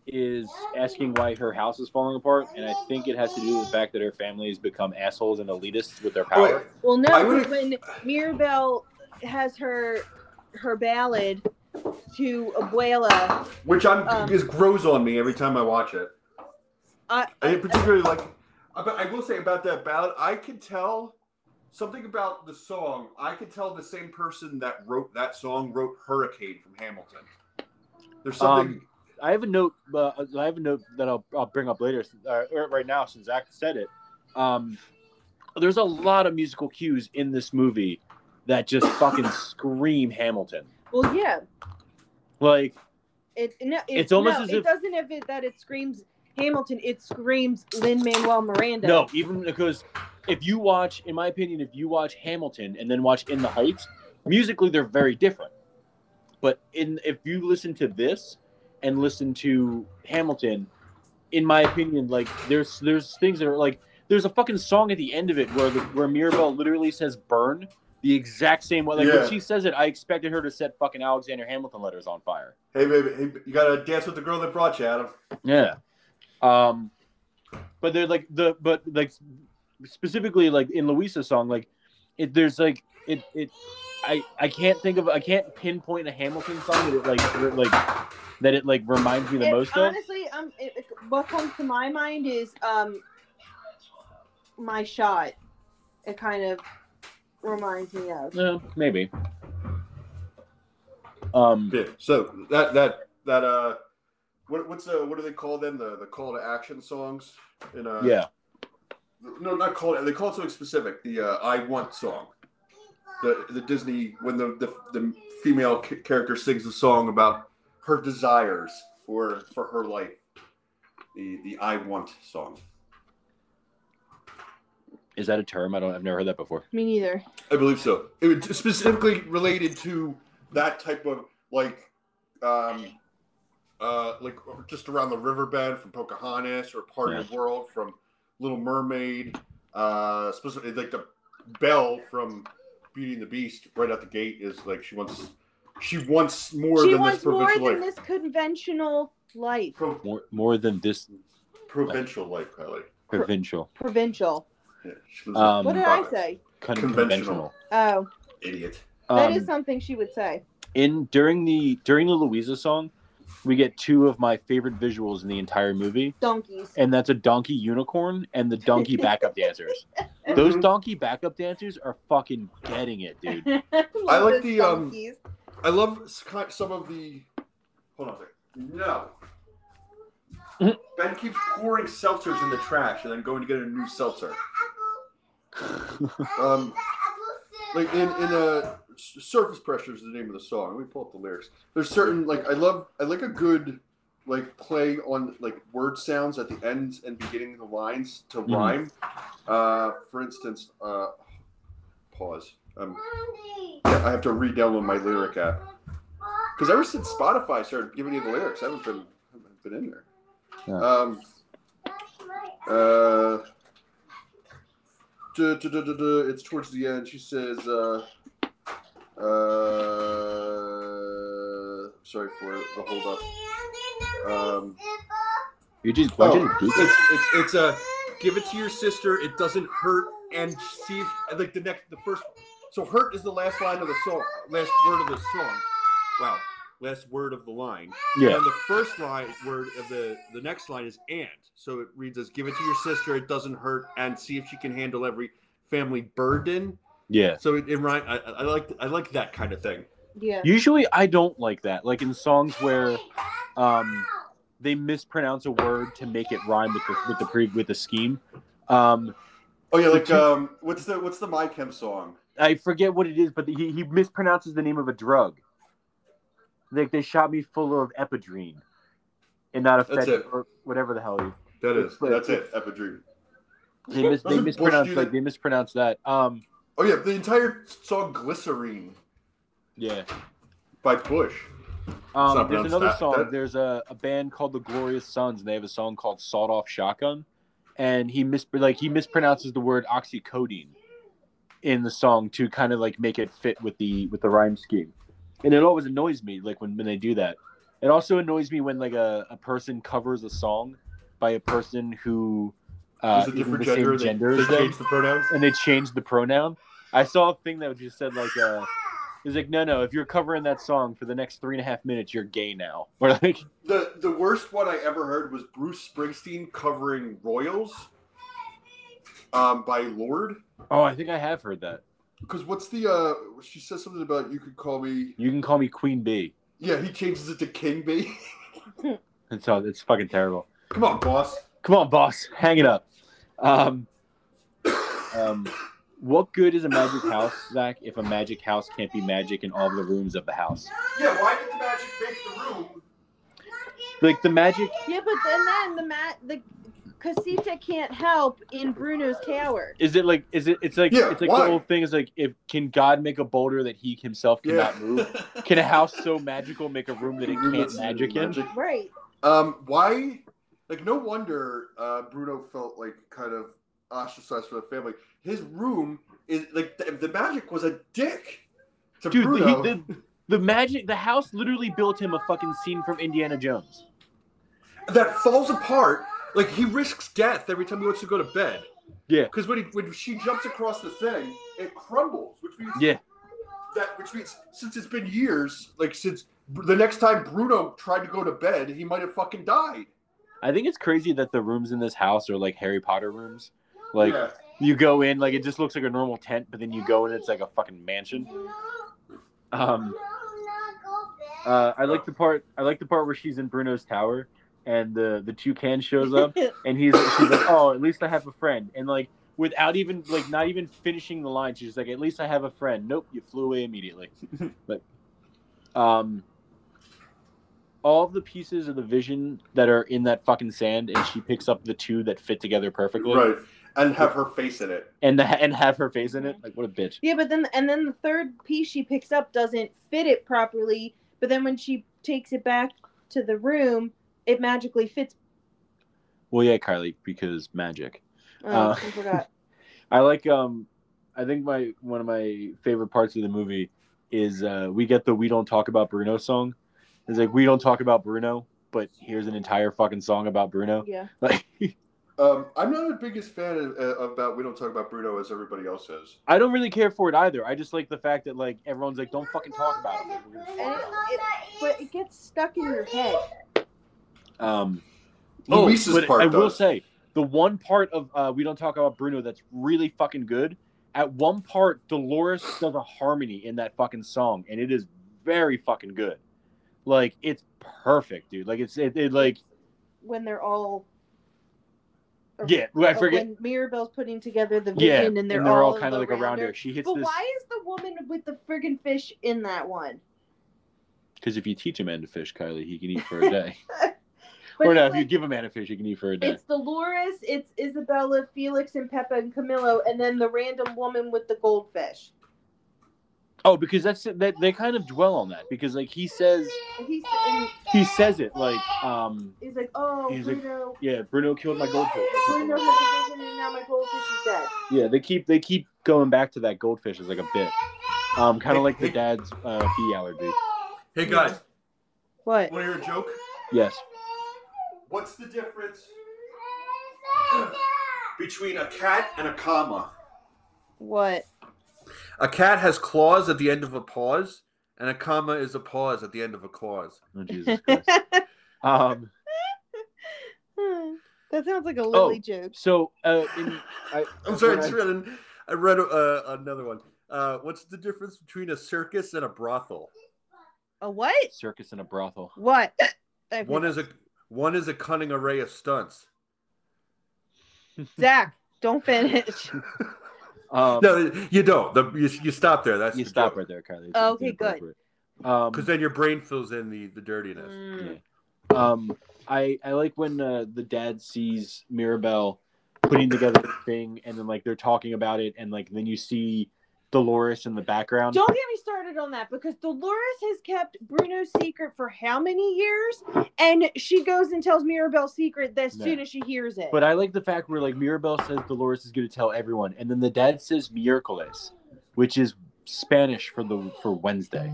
is asking why her house is falling apart, and I think it has to do with the fact that her family has become assholes and elitists with their power. Wait, Well, no, I would've- 'cause when Mirabelle has her her ballad to Abuela, which I'm Um, just grows on me every time I watch it. I, I didn't particularly like. About, I will say about that ballad, I could tell something about the song. I could tell the same person that wrote that song wrote "Hurricane" from Hamilton. There's something. Um, I have a note. Uh, I have a note that I'll, I'll bring up later, uh, or right now, since Zach said it. Um, there's a lot of musical cues in this movie that just fucking scream Hamilton. well, yeah, Like, it, no, it, It's almost no, as it if- doesn't have it that it screams Hamilton. It screams Lin Manuel Miranda. no, even because if you watch, in my opinion, if you watch Hamilton and then watch In the Heights, musically they're very different. But in if you listen to this and listen to Hamilton, in my opinion, like there's there's things that are like there's a fucking song at the end of it where the, where Mirabelle literally says "burn" the exact same way. Like Yeah. when she says it, I expected her to set fucking Alexander Hamilton letters on fire. hey, baby, hey, you gotta dance with the girl that brought you, Adam. Yeah. Um, but they're like the but like specifically like in Luisa's song, like it there's like it it I I can't think of I can't pinpoint a Hamilton song that it like re- like that it like reminds me the It- most of. honestly, um, it, it- what comes to my mind is um, my shot. It kind of reminds me of. Yeah, Uh, maybe. Um, Okay, so that that that uh, what what's the what do they call them the the call to action songs in uh yeah, no not call it they call it something specific the uh, I want song the the Disney when the the, the female ca- character sings a song about her desires for for her life the the I want song is that a term? I don't. I've never heard that before. Me neither. I believe so it was specifically related to that type of like um uh, like just around the riverbed from Pocahontas or Part of the World from Little Mermaid, uh, specifically like the Belle from Beauty and the Beast right out the gate is like she wants she wants more she than wants this more provincial than life. this conventional life. Pro- More, more than this provincial life, Kylie. provincial, Provincial. Yeah, she lives Um, in What did I province. say? con- conventional. Conventional. Oh, Idiot. that Um, is something she would say. in during the during the Louisa song, we get two of my favorite visuals in the entire movie, Donkeys. and that's a donkey unicorn and the donkey backup dancers. Those Mhm. donkey backup dancers are fucking getting it, dude. I like Those the, um, donkeys. I love s- ki- some of the. Hold on a second. No. Mhm. Ben keeps pouring seltzers in the trash and then going to get a new seltzer. Um, like in in uh, S- surface pressure is the name of the song. Let me pull up the lyrics. There's certain like I love I like a good like play on like word sounds at the ends and beginning of the lines to Mhm. rhyme. Uh, for instance, uh, pause. Um, I have to re-download my lyric app. Because ever since Spotify started giving you the lyrics, I haven't been, haven't been in there. Yeah. Um, uh, duh, duh, duh, duh, duh, it's towards the end. She says, uh, uh, sorry for the hold up. Um, You just why oh, didn't you it's, it's, it's a give it to your sister, it doesn't hurt, and see if, like the next, the first. So hurt is the last line of the song, last word of the song. Wow, last word of the line. yeah, And the first line word of the the next line is and. So it reads as give it to your sister, it doesn't hurt, and see if she can handle every family burden. yeah. So it, it rhyme, I, I like I like that kind of thing. Yeah. Usually I don't like that. Like in songs where um they mispronounce a word to make it rhyme with the with the pre with the scheme. Um Oh yeah, like, um what's the what's the My Chem song? I forget what it is, but he, he mispronounces the name of a drug. Like they shot me full of epidrine, and not a That's fed it. or whatever the hell. He, That is It's- that's it, Epidream. they mis, they Doesn't Bush mispronounce do like that? they mispronounce that. Um, Oh yeah, the entire song Glycerine yeah. by Bush. Um, not there's pronounced another that- song. that- There's a, a band called the Glorious Sons, and they have a song called "Sawed Off Shotgun," and he mis like he mispronounces the word oxycodone in the song to kind of like make it fit with the with the rhyme scheme, and it always annoys me like when, when they do that. It also annoys me when like a, a person covers a song by a person who uh, is There's a of different the gender. same They, gender they as them, change the pronouns. and they change the pronoun. I saw a thing that just said like. Uh, He's like, no, no. If you're covering that song for the next three and a half minutes, you're gay now. Or like, The the worst one I ever heard was Bruce Springsteen covering Royals um, by Lord. oh, I think I have heard that. Because what's the uh? She says something about you could call me. You can call me Queen B. Yeah, he changes it to King B. It's all, it's fucking terrible. Come on, boss. Come on, boss, hang it up. Um, um, what good is a magic house, Zach? If a magic house can't be magic in all the rooms of the house, Yeah, why did the magic make the room? like the magic. Yeah, but then then the mat the Casita can't help in Bruno's tower. Is it like? Is it? It's like. Yeah, it's like why? the whole thing is like. If can God make a boulder that He Himself cannot Yeah. move? Can a house so magical make a room that it Room can't that's magic in? magic. Right. Um, why? Like, no wonder uh, Bruno felt like kind of ostracized from the family. His room is like the, the magic was a dick to Dude, he, Bruno. the, the magic, the house literally built him a fucking scene from Indiana Jones. that falls apart. Like he risks death every time he wants to go to bed. Yeah. Because when he, when she jumps across the thing, it crumbles, which means Yeah, that which means since it's been years, like since the next time Bruno tried to go to bed, he might have fucking died. I think it's crazy that the rooms in this house are like Harry Potter rooms. Like Yeah. you go in like it just looks like a normal tent, but then you go and it's like a fucking mansion. Um, uh, I like the part. I like the part where she's in Bruno's tower and the the toucan shows up and he's she's like, oh, at least I have a friend. And like without even like not even finishing the line, she's like, at least I have a friend. Nope, you flew away immediately. but um, all of the pieces of the vision that are in that fucking sand, and she picks up the two that fit together perfectly, Right. And have her face in it. and the, and have her face in it. Like what a bitch. Yeah, but then and then the third piece she picks up doesn't fit it properly. But then when she takes it back to the room, it magically fits. Well, yeah, Carly, because magic. Oh, Uh, I forgot. I like um I think my one of my favorite parts of the movie is uh we get the we don't talk about Bruno song. It's like we don't talk about Bruno, but here's an entire fucking song about Bruno. Yeah, Like Um, I'm not the biggest fan of, uh, about we don't talk about Bruno as everybody else is. I don't really care for it either. I just like the fact that like everyone's like don't fucking talk about it. We're gonna And talk it- about it- but it gets stuck in your head. it." Um Luis's but part I will does. say the one part of uh, we don't talk about Bruno that's really fucking good. At one part, Dolores does a harmony in that fucking song, and it is very fucking good. Like it's perfect, dude. Like it's it, it like when they're all. or- yeah. I or forget. When Mirabelle's putting together the Yeah, vision and they're, all, kind of like around her. She hits But this why is the woman with the friggin' fish in that one? because if you teach a man to fish, Kylie, he can eat for a day. But or it's no, if like- you give a man a fish, he can eat for a day. It's Dolores, it's Isabella, Felix, and Peppa and Camillo, and then the random woman with the goldfish. Oh, because that's that they kind of dwell on that because like he says And he's, and he says it like um he's like, oh, He's like- Bruno, yeah Bruno killed my goldfish. or something Bruno like that. has a vision, and now my goldfish is dead. Yeah, they keep they keep going back to that goldfish as like a bit. Um, kind of like the dad's uh, bee allergy. Hey guys, What? want to hear a joke? Yes. What's the difference between a cat and a comma? What? A cat has claws at the end of a pause, and a comma is a pause at the end of a clause. Oh, Jesus Christ. Um, Hmm. that sounds like a Lily joke. so uh, in, I, I'm sorry, I when just I- read an, I read uh, another one. Uh, what's the difference between a circus and a brothel? A what? circus and a brothel. What? One is a one is a cunning array of stunts. Zach, don't finish. Um, No, you don't. The, you, you stop there. That's you the stop joke. right there, Kylie. Oh, okay, good. good. Um, Because then your brain fills in the the dirtiness. Hmm. um, I I like when uh, the dad sees Mirabelle putting together the thing, and then like they're talking about it, and like then you see Dolores in the background. Don't get me started on that because Dolores has kept Bruno's secret for how many years? And she goes and tells Mirabelle's secret as No. soon as she hears it. But I like the fact where like Mirabelle says Dolores is going to tell everyone, and then the dad says Miércoles, which is Spanish for the for Wednesday.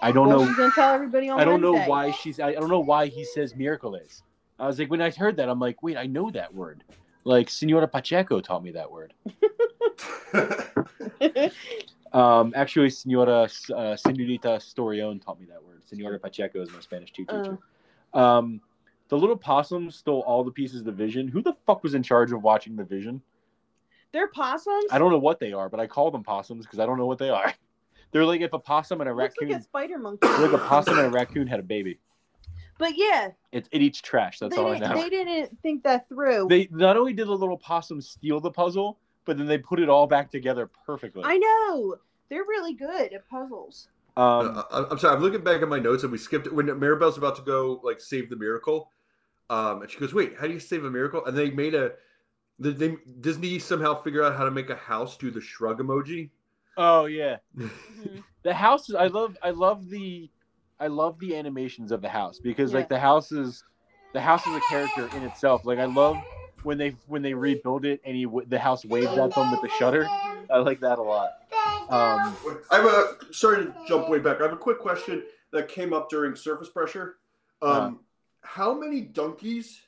I don't well, know. she's gonna tell everybody on I don't know Wednesday. why she's. I I don't know why he says Miércoles. I was like, when I heard that, I'm like, wait, I know that word. Like Senora Pacheco taught me that word. Mm. Um, actually, Senora uh, Senorita Storion taught me that word. Senora Pacheco is my Spanish tu- Uh, teacher. Um, the little possum stole all the pieces of the vision. Who the fuck was in charge of watching the vision? They're possums. I don't know what they are, but I call them possums because I don't know what they are. They're like if a possum and a Looks raccoon, like a spider monkey. they're like a possum and a raccoon had a baby. But yeah, It, it eats trash. That's they, all I didn't, know. they didn't think that through. They, not only did the little possum steal the puzzle, but then they put it all back together perfectly. I know they're really good at puzzles. Uh-uh. um, I, I'm sorry. I'm looking back at my notes, and we skipped when Maribel's about to go like save the miracle, um, and she goes, "Wait, how do you save a miracle?" And they made a they, they, Disney somehow figure out how to make a house do the shrug emoji. oh yeah, the house. Is, I love I love the I love the animations of the house because like the house is the house is a character in itself. Like I love when they when they rebuild it and he w- the house waves at them with the shutter. I like that a lot. Um, I have a sorry to jump way back. I have a quick question that came up during surface pressure. Uh-huh. Um, how many donkeys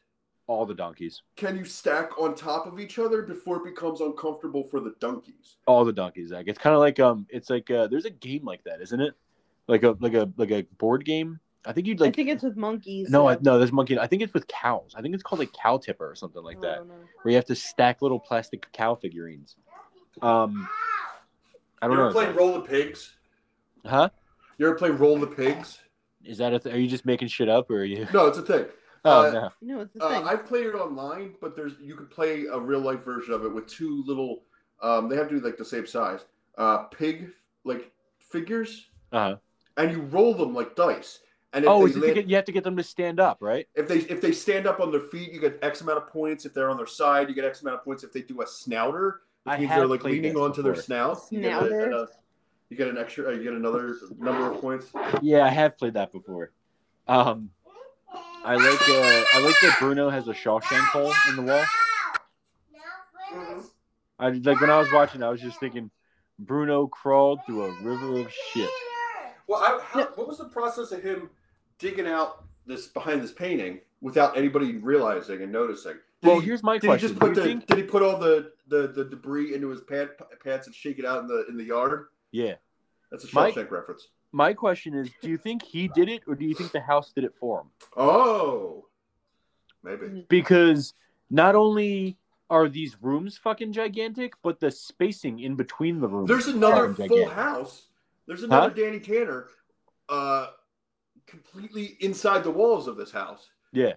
all the donkeys. can you stack on top of each other before it becomes uncomfortable for the donkeys? all the donkeys Zach. It's kind of like um, it's like uh, there's a game like that, isn't it? Like a like a like a board game I think you'd I like. think it's with monkeys. no, I, so- no, there's monkey. I think it's with cows. I think it's called a cow tipper or something like I that, don't know. where you have to stack little plastic cow figurines. Um, I You don't ever know. play Roll the Pigs? huh? You ever play Roll the Pigs? Is that a? Th- are you just making shit up, or are you? No, it's a thing. Oh Uh, no. No, it's the Uh, thing. I've played it online, but there's you can play a real life version of it with two little. Um, they have to be like the same size. Uh, pig like figures, Uh-huh. and you roll them like dice. And if Oh, they is it to land- get, you have to get them to stand up, right? if they if they stand up on their feet, you get X amount of points. If they're on their side, you get X amount of points. If they do a snouter, which I means have they're like played leaning this onto their before. snout, you get, a- Snouter. a- you get an extra. uh, You get another number of points. Yeah, I have played that before. Um, I like uh, I like that Bruno has a Shawshank hole in the wall. Mm-hmm. I like when I was watching, I was just thinking, Bruno crawled through a river of shit. Well, I, how, No. what was the process of him digging out this behind this painting without anybody realizing and noticing? Did Well, he, here's my did he question: Do just put you the think- did he put all the, the the debris into his pant, pants and shake it out in the in the yard? Yeah, That's a Mike? Shawshank reference. my question is: Do you think he did it, or do you think the house did it for him? Oh, maybe. Because not only are these rooms fucking gigantic, but the spacing in between the rooms. There's another Fucking Full gigantic. House. There's another Danny Tanner, uh, completely inside the walls of this house. yeah,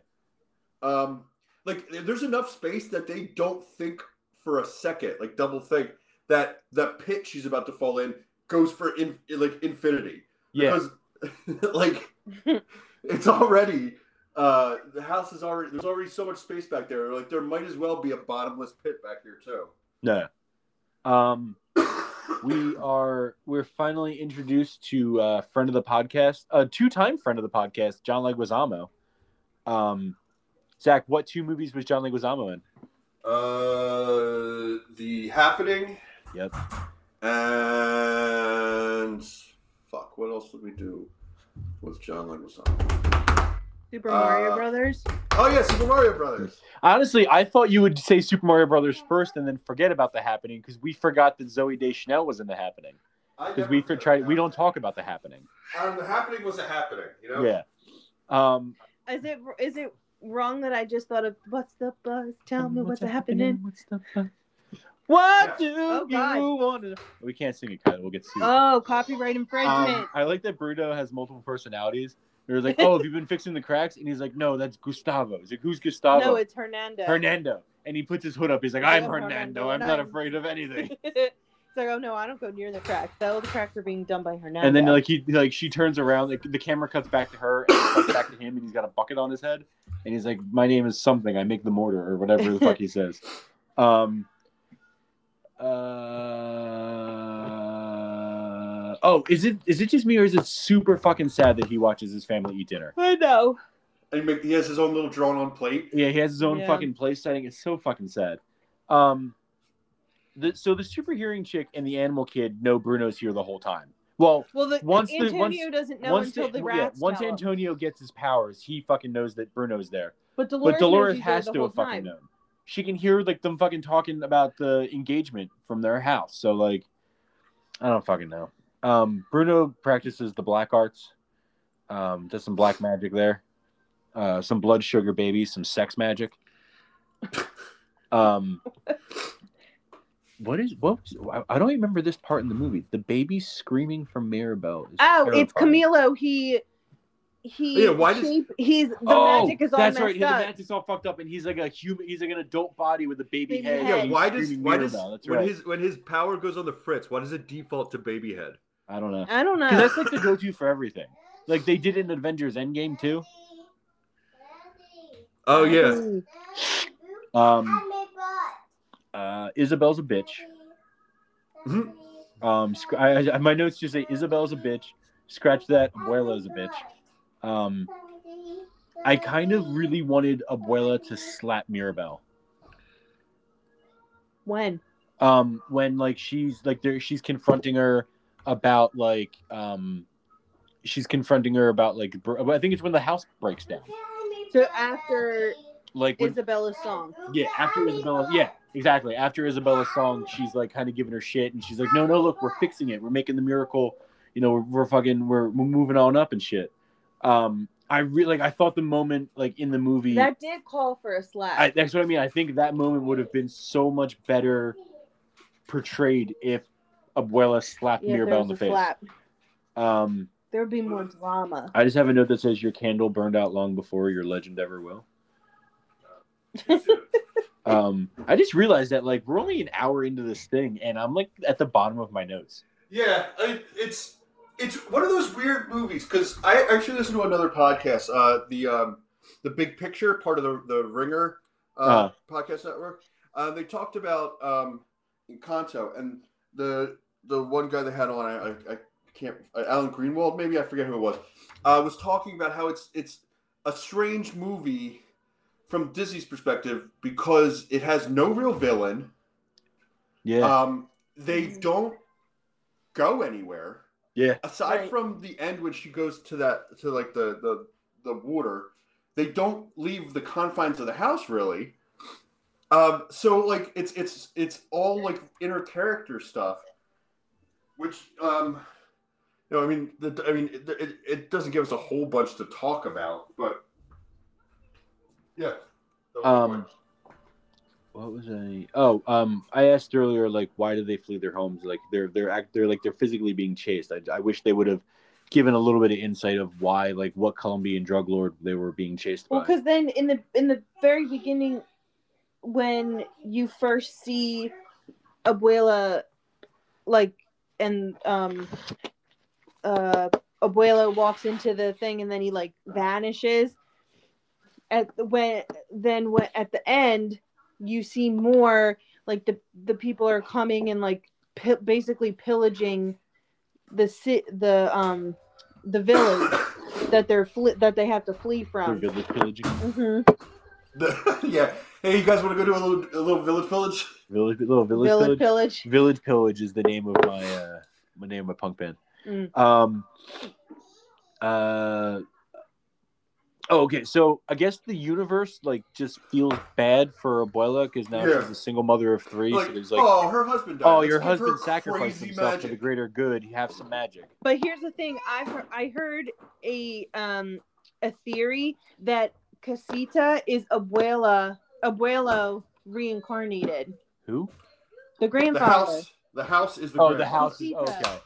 um like there's enough space that they don't think for a second like double think that that pit she's about to fall in goes for in, like infinity yeah. because like it's already uh the house is already there's already so much space back there like there might as well be a bottomless pit back here too No. Um, we are we're finally introduced to uh, friend of the podcast, a two-time friend of the podcast, John Leguizamo. Um, Zach, what two movies was John Leguizamo in? uh the happening Yep. and fuck what else did we do with john leguizamo Super Mario uh, Brothers. Oh yeah, Super Mario Brothers. Honestly, I thought you would say Super Mario Brothers first and then forget about the happening because we forgot that Zoe Deschanel was in the happening because we for try we don't talk about the happening. Um, the happening was a happening, you Yeah. Um, Is it is it wrong that I just thought of what's the buzz? Tell me what's, happening. What's the fun? What do Oh, you God. want to? We can't sing it, Kyle. We'll get sued. Oh, copyright infringement. Um, I like that Bruno has multiple personalities. They're like, "Oh, have you been fixing the cracks?" And he's like, "No, that's Gustavo." He's like, "Who's Gustavo?" no, it's Hernando. Hernando. And he puts his hood up. He's like, "I'm Yeah, Hernando. Hernando, I'm and not I'm- afraid of anything." it's like, oh no, I don't go near the cracks. That the cracks are being done by Hernando. And then like he like she turns around. Like, the camera cuts back to her and it cuts back to him, and he's got a bucket on his head. And he's like, "My name is something. I make the mortar or whatever the fuck he says." Um. Uh, oh, is it is it just me or is it super fucking sad that he watches his family eat dinner? I know. And he, make, he has his own little drawn on plate. Yeah, he has his own Yeah. fucking place setting. It's so fucking sad. Um, the, so the super hearing chick and the animal kid know Bruno's here the whole time. Well, Well, the, Once the- Antonio once- doesn't know once until the- the yeah, rats. once tell him. Antonio gets his powers, he fucking knows that Bruno's there. but Dolores, but knows Dolores he's there has the to whole have fucking time. known. She can hear like them fucking talking about the engagement from their house. So like, I don't fucking know. Um, Bruno practices the black arts. Um, does some black magic there. Uh, some blood sugar babies, some sex magic. Um, what is what? Was, I I don't remember this part in the movie. The baby screaming from Mirabelle. Is Oh, it's terrifying. Camilo. He he. Oh, Yeah, why does- shape- he's the oh, magic is all that's messed right. The up. magic's all fucked up, and he's like a human. He's like an adult body with a baby, Baby head. head. Yeah, Hey, why does Screaming why does Mirabelle, that's when right. his when his power goes on the fritz, why does it default to baby head? I don't know. I don't know. Because that's like the go-to for everything. Like they did in Avengers Endgame too. Oh yeah. Um, uh, Isabel's a bitch. Mhm. Um, sc- I, I, my notes just say Isabel's a bitch. Scratch that. Abuela's a bitch. Um, I kind of really wanted Abuela to slap Mirabelle. When um when like she's like there she's confronting her about like um she's confronting her about like br- i think it's when the house breaks down so after like when, Isabella's song. yeah after isabella yeah exactly after isabella's song she's like kind of giving her shit and she's like no no look we're fixing it we're making the miracle you know we're, we're fucking we're, we're moving on up and shit Um, I really like. I thought the moment like in the movie. That did call for a slap. I, that's what I mean. I think that moment would have been so much better portrayed if Abuela slapped Yeah, Mirabelle there in the was face. a slap. Um, There would be more drama. I just have a note that says your candle burned out long before your legend ever will. Um, I just realized that like we're only an hour into this thing, and I'm like at the bottom of my notes. Yeah, I, it's it's one of those weird movies because I actually listened to another podcast, uh, the um, the Big Picture part of the the Ringer uh, Uh. podcast network. Uh, they talked about um, Encanto and the the one guy they had on, I, I, I can't, uh, Alan Greenwald, maybe I forget who it was, uh, was talking about how it's it's a strange movie from Disney's perspective because it has no real villain. Yeah, Um, they don't go anywhere. Yeah. Aside Right. from the end when she goes to that to like the the the water, they don't leave the confines of the house really. Um, so like it's it's it's all like inner character stuff, which um, you know, I mean, the, I mean, it, it, it doesn't give us a whole bunch to talk about, but yeah. That was my Um, point. what was I? Oh, um, I asked earlier, like, why do they flee their homes? Like, they're they're act they're like they're physically being chased. I, I wish they would have given a little bit of insight of why, like, what Colombian drug lord they were being chased Well, by. because then in the in the very beginning, when you first see Abuela, like, and um, uh, Abuela walks into the thing, and then he like vanishes. At the, when then when, at the end, you see more like the the people are coming and like pi- basically pillaging the si- the um the village that they're fli that they have to flee They're from. village pillaging, hmm The- yeah. Hey, you guys want to go do a little, a little village village? village, little village, pillage. Village, pillage. Village Pillage is the name of my uh, my name of my punk band. Mm. Um. Uh. Oh, okay. So I guess the universe like just feels bad for Abuela because now Yeah. she's a single mother of three. so Like, there's like, oh, oh, her husband died. Let's your give her husband sacrificed crazy himself for the magic." greater good. You have some magic. But here's the thing: I heard, I heard a um a theory that Casita is Abuela Abuelo reincarnated, Who? the The grandfather. house. The house is the. Oh, the grand- house. Is, Casita. okay.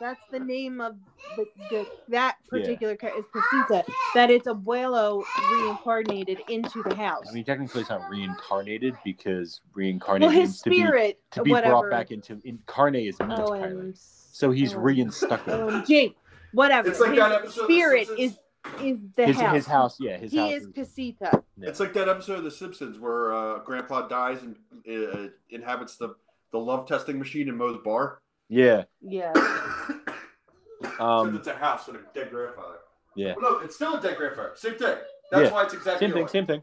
That's the name of the, the that Yeah. particular car is Casita. That it's Abuelo reincarnated into the house. I mean, technically, it's not reincarnated because reincarnated well, his means to be spirit, to be whatever. brought back into incarnate is means oh, Kylie. and So he's oh, reinstucted. OMG, whatever. It's like his that uh, episode. of The spirit is Simpsons- is the his, house. his house, yeah, his he house. is Casita. yeah. It's like that episode of The Simpsons where uh, Grandpa dies and uh, inhabits the the love testing machine in Moe's bar. yeah. Yeah. Um, Um, it's a house with a dead grandfather. Yeah. Well, no, it's still a dead grandfather. Same thing. That's Yeah. why it's exactly same thing, alike. same thing.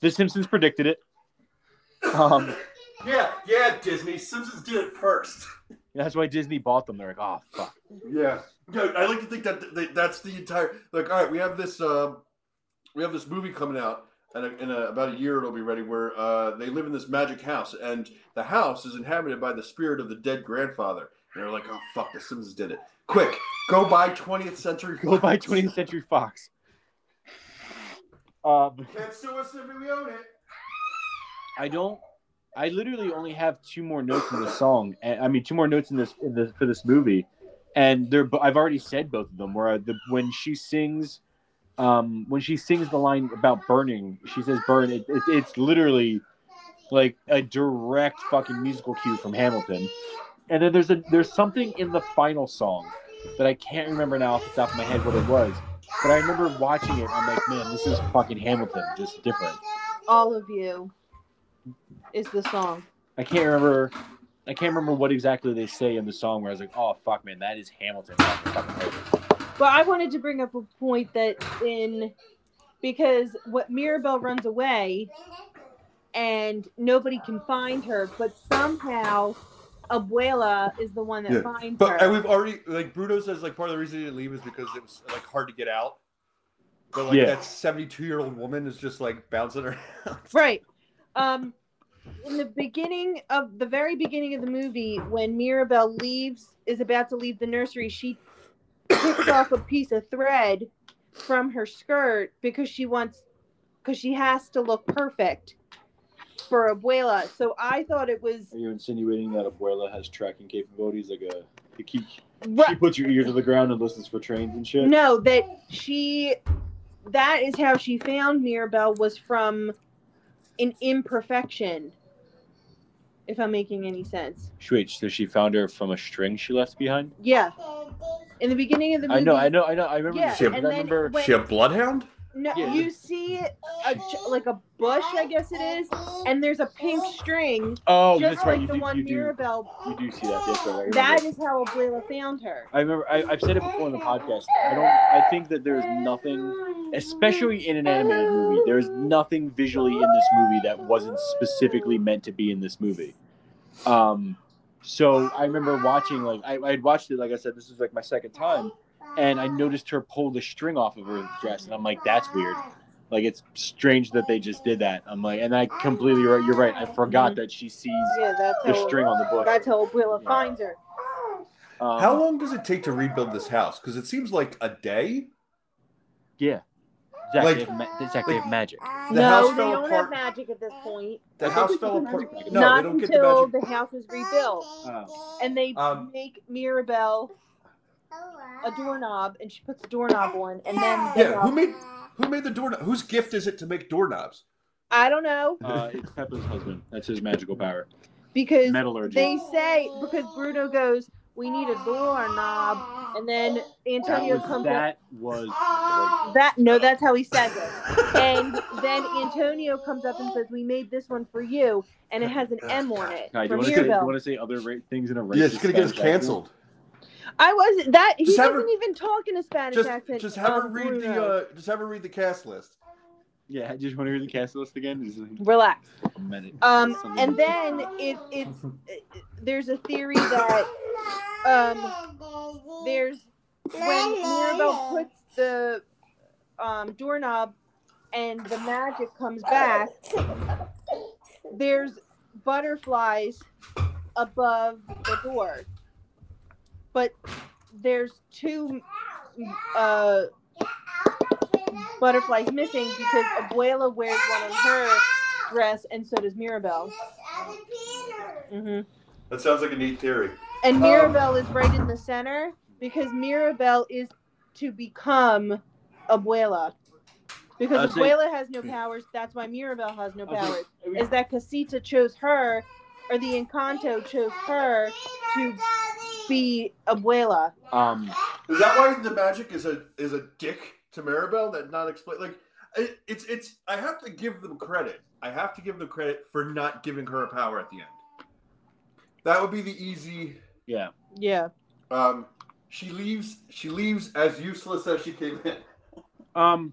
The Simpsons predicted it. Um, Yeah, yeah, Disney. Simpsons did it first. that's why Disney bought them. They're like, oh fuck. Yeah, no, I like to think that th- that- that's the entire. Like, all right, we have this, um, we have this movie coming out, and in, a, in a, about a year it'll be ready. Where uh, they live in this magic house, and the house is inhabited by the spirit of the dead grandfather. And they're like, oh fuck, the Simpsons did it. Quick, go buy 20th Century. Go buy Fox. 20th Century Fox. Um, Can't sue us if we own it. I don't. I literally only have two more notes in the song. And, I mean, two more notes in this in the, for this movie, and they're. bo- I've already said both of them. Where I- the, when she sings, um, when she sings the line about burning, she says "burn." It, it, it's literally like a direct fucking musical cue from Hamilton. And then there's a there's something in the final song that I can't remember now off the top of my head what it was, but I remember watching it. I'm like, man, this is fucking Hamilton, just different. All of you is the song. I can't remember. I can't remember what exactly they say in the song. Where I was like, "Oh fuck, man, that is Hamilton." off the fucking record." But I wanted to bring up a point that in because what Mirabelle runs away and nobody can find her, but somehow Abuela is the one that Yeah, finds But and her. we've already like Bruno says like part of the reason he didn't leave is because it was like hard to get out. But like Yeah. that seventy-two year old woman is just like bouncing around. Right. Um in the beginning of the very beginning of the movie, when Mirabelle leaves is about to leave the nursery, she picks off a piece of thread from her skirt because she wants because she has to look perfect for abuela so i thought it was Are you insinuating that Abuela has tracking capabilities? Like a the key, she right, puts your ear to the ground and listens for trains and shit. no that she that is how she found mirabelle was from an imperfection if i'm making any sense Wait, so she found her from a string she left behind? yeah in the beginning of the movie I know, I know, I know. I remember. yeah this. Shit, I and then remember. when- She a bloodhound? no, Yeah. you see a, j- like a bush i guess it is and there's a pink string Oh, just that's right. like You the do, one you do. mirabelle You do see that. That's right. I remember. That is how Abuela found her. I remember. I, I've said it before on the podcast. I don't. I think that there's nothing, especially in an animated movie. There is nothing visually in this movie that wasn't specifically meant to be in this movie. Um, so I remember watching. Like I, I had watched it. Like I said, this was like my second time, and I noticed her pull the string off of her dress, and I'm like, that's weird. Like it's strange that they just did that. I'm like, and I completely right. You're right. I forgot that she sees Yeah, that's the how. string on the bush. That's how Abuela Yeah. finds her. Um, How long does it take to rebuild this house? Because it seems like a day. Yeah. Zach, Like- they have ma- Zach, they have magic. The no, house they fell don't have apart. magic at this point. The I house think they fell can apart. magic. No, Not they don't get the until magic. the, house is rebuilt, Oh. and they Um, make Mirabelle a doorknob, and she puts a doorknob on, and then the Yeah, who knob- made who made the doorknob? Whose gift is it to make doorknobs? I don't know Uh, it's Peppa's husband. That's his magical power. because Metallurgy. they say because Bruno goes, we need a doorknob, and then that Antonio was, comes. that was up, that no, that's how he says it. and then Antonio comes up and says, "We made this one for you, and it has an M on it Kai, do you for want to say, do you Mirabelle." wanna say other ra- things in a racist Yeah, it's gonna get us Spanish accent? canceled. I wasn't that he Just have doesn't her- even talk in a Spanish Just accent. just have her um, read the Bruno. uh, just have her read the cast list. Yeah, I just want to hear the cast list again. It's like relax. a minute. Um, Something- and then it it's there's a theory that um there's when Mirabelle puts the um doorknob and the magic comes back. There's butterflies above the door, but there's two uh butterflies missing because Abuela wears one on her dress, and so does Mirabelle. hmm That sounds like a neat theory. And Mirabelle is right in the center because Mirabelle is to become Abuela. Because I'd say- Abuela has no powers, that's why Mirabelle has no I'd say- powers. I mean, Is that Casita chose her, or the Encanto chose her to be Abuela? um, Is that why the magic is a is a dick to Maribel? That not explain like it, it's it's. I have to give them credit. I have to give them credit for not giving her a power at the end. That would be the easy. yeah. Yeah. Um, she leaves. She leaves as useless as she came in. Um,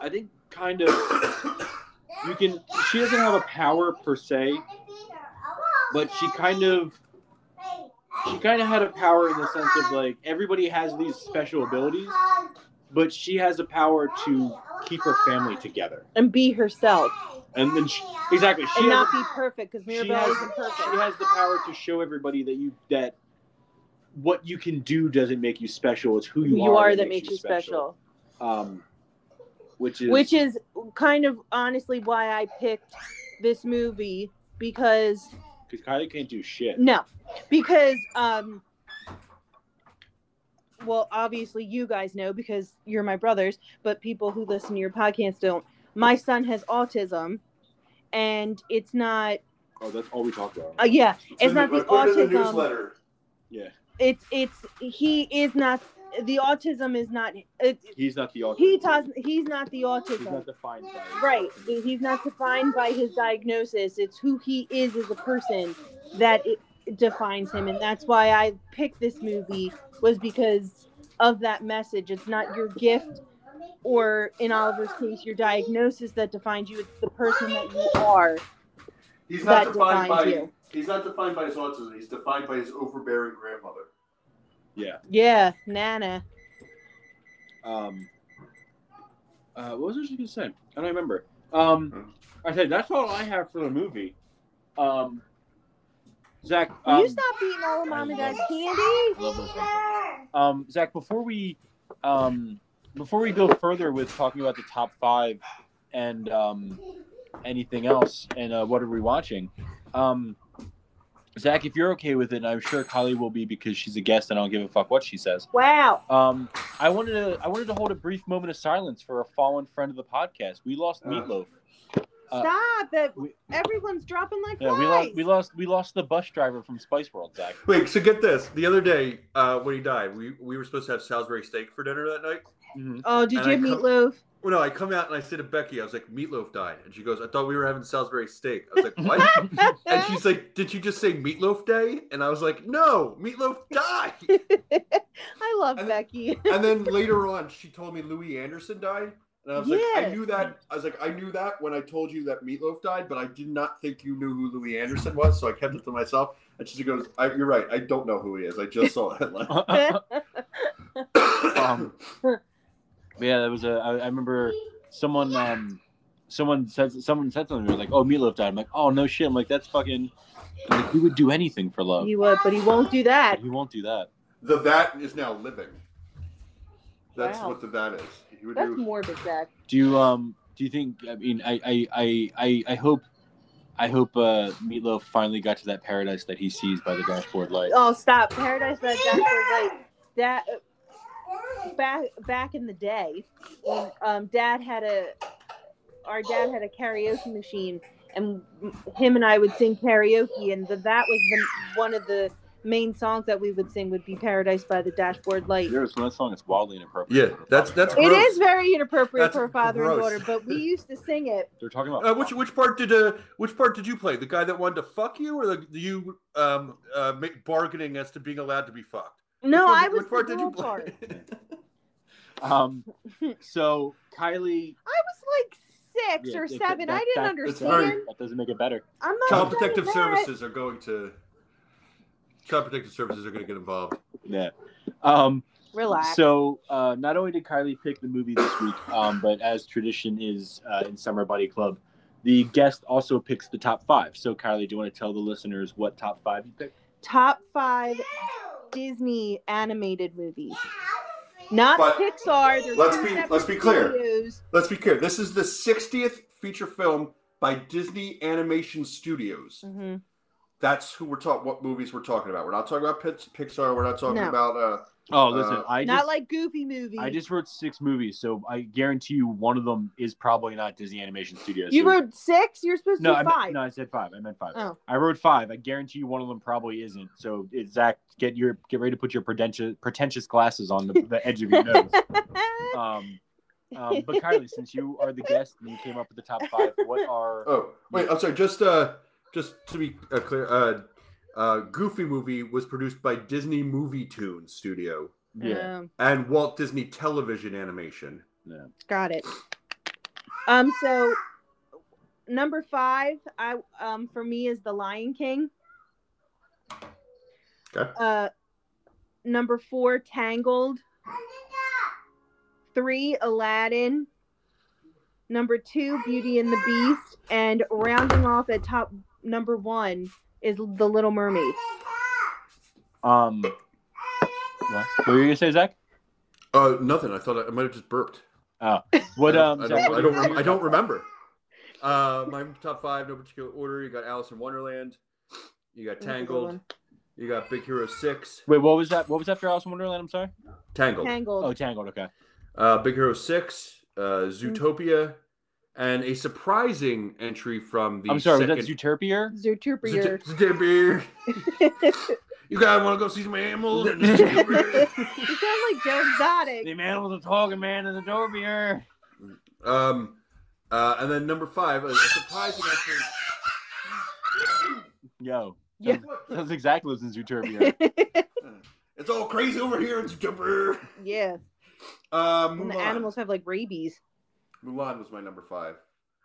I think kind of you can. She doesn't have a power per se, but she kind of she kind of had a power in the sense of like everybody has these special abilities, but she has a power to keep her family together. And be herself. And then she, exactly, she and has, not be perfect because she, Mirabelle has, isn't she perfect. has the power to show everybody that you that what you can do doesn't make you special. It's who Who you, you are that makes you special. special. Um, which is Which is kind of honestly why I picked this movie because because Kylie can't do shit. No, because um, well, obviously you guys know because you're my brothers, but people who listen to your podcast don't. My son has autism, and it's not. Oh, that's all we talked about. Uh, yeah, it's in not the according to the autism. newsletter. yeah, It's it's he is not the autism is not. It, he's not the autism. he doesn't. He's not the He's autism. not defined by it. Right. He's not defined by his diagnosis. It's who he is as a person that it defines him. And that's why I picked this movie was because of that message. It's not your gift or in Oliver's case, your diagnosis that defines you. It's the person that you are. He's not That defined by. defines you. He's not defined by his autism. He's defined by his overbearing grandmother. Yeah. Yeah, Nana. Um. Uh, what was I just gonna say? I don't remember. Um, I said that's all I have for the movie. Um, Zach, Will um, uh, you stop eating all of mom and dad's candy? I love those things. um, Zach, before we um, before we go further with talking about the top five and um, anything else, and uh, what are we watching? Um, Zach, if you're okay with it, and I'm sure Kylie will be because she's a guest, and I don't give a fuck what she says. Wow. Um, I wanted to I wanted to hold a brief moment of silence for a fallen friend of the podcast. We lost Uh. Meatloaf. Uh, Stop it. we- Everyone's dropping like Yeah, we flies. lost we lost we lost the bus driver from Spice World, Zach. Wait, so get this. The other day, uh, when he died, we, we were supposed to have Salisbury steak for dinner that night. oh, did and you I have come- meatloaf? Well, no, I come out and I say to Becky, I was like, Meatloaf died. And she goes, I thought we were having Salisbury steak. I was like, what? and she's like, Did you just say Meatloaf Day? And I was like, No, Meatloaf died. I love And- Becky. and then later on, she told me Louis Anderson died, and I was like, I Yes. knew that. I was like, I knew that when I told you that Meatloaf died, but I did not think you knew who Louis Anderson was, so I kept it to myself. And she goes, I, "You're right. I don't know who he is. I just saw a headline." Um, yeah, that was a. I, I remember someone. Um, someone said someone said something. They were like, "Oh, Meatloaf died." I'm like, "Oh no shit!" I'm like, "That's fucking." I'm like, he would do anything for love. he would, but he won't do but that. He won't do that. the that is now living. That's Wow. what the that is. He would That's do- morbid, Zach. Do you um? Do you think? I mean, I I I I, I hope. I hope uh, Meatloaf finally got to that paradise that he sees by the dashboard light. Oh, stop. Paradise by the Dashboard Light. That back back in the day, when, um, Dad had a our dad had a karaoke machine, and him and I would sing karaoke, and the, that was the, one of the main songs that we would sing would be Paradise by the Dashboard Light. There is one song that's wildly inappropriate. yeah, that's that's It gross. is very inappropriate That's for a father gross. and daughter, but we used to sing it. They're talking about Uh, which which part did uh which part did you play? The guy that wanted to fuck you, or the you um uh, ma- bargaining as to being allowed to be fucked? Which No, one- I was Which part the did you girl part. play? Um, so Kylie. I was like six yeah, or that- seven. that- I didn't that- understand. very- That doesn't make it better. I'm not Child saying Protective that. Services are going to. Child Protective Services are going to get involved. Yeah. Um, Relax. So, uh, not only did Kylie pick the movie this week, um, but as tradition is uh, in Summer Buddy Club, the guest also picks the top five. So, Kylie, do you want to tell the listeners what top five you picked? Top five Disney animated movies. Not But Pixar. There's let's two be- separate let's be clear. studios. Let's be clear. This is the 60th feature film by Disney Animation Studios. Mhm. That's who we're talking. What movies we're talking about? We're not talking about Pix- Pixar. We're not talking No. about. Uh, Oh, listen, Uh, I Not just like Goofy movie. I just wrote six movies, so I guarantee you one of them is probably not Disney Animation Studios. you So- wrote six. You're supposed to no, do I five. meant, no, I said five. I meant five. Oh. I wrote five. I guarantee you one of them probably isn't. So, it, Zach, get your get ready to put your pretentious pretentious glasses on the, the edge of your nose. Um, um, but Kylie, since you are the guest and you came up with the top five, what are oh, wait. I'm sorry. Just uh, Just to be uh, clear, uh, uh, Goofy movie was produced by Disney Movie Tune Studio Um, and Walt Disney Television Animation. got it. Um. So number five, I um for me is The Lion King. Okay. Uh, number four, Tangled. Three, Aladdin. Number two, Beauty and the Beast. And rounding off at top number one is The Little Mermaid. um? What? what were you gonna say, Zach? Uh, nothing. I thought I, I might have just burped. What I don't- um? I Zach, don't, what I don't, were rem- your I top don't five? remember. Uh, my top five, no particular order. You got Alice in Wonderland. You got That's a good Tangled. one. You got Big Hero Six. Wait, what was that? What was after Alice in Wonderland? I'm sorry. Tangled. Tangled. Oh, Tangled. Okay. uh, Big Hero Six, uh, Zootopia, and a surprising entry from the. I'm sorry. second... Was that Zootopia? Zootopia. Zoot- Zootopia. you guys want to go see some animals? in Zootopia? you sound like Joe Exotic. The animals are talking, man. It's Zootopia. um, uh, and then number five, a surprising entry. Yo, Yeah. that's exactly what's in Zootopia. it's all crazy over here. It's Jumper. yeah. Uh, And Mulan. the animals have like rabies. Mulan was my number five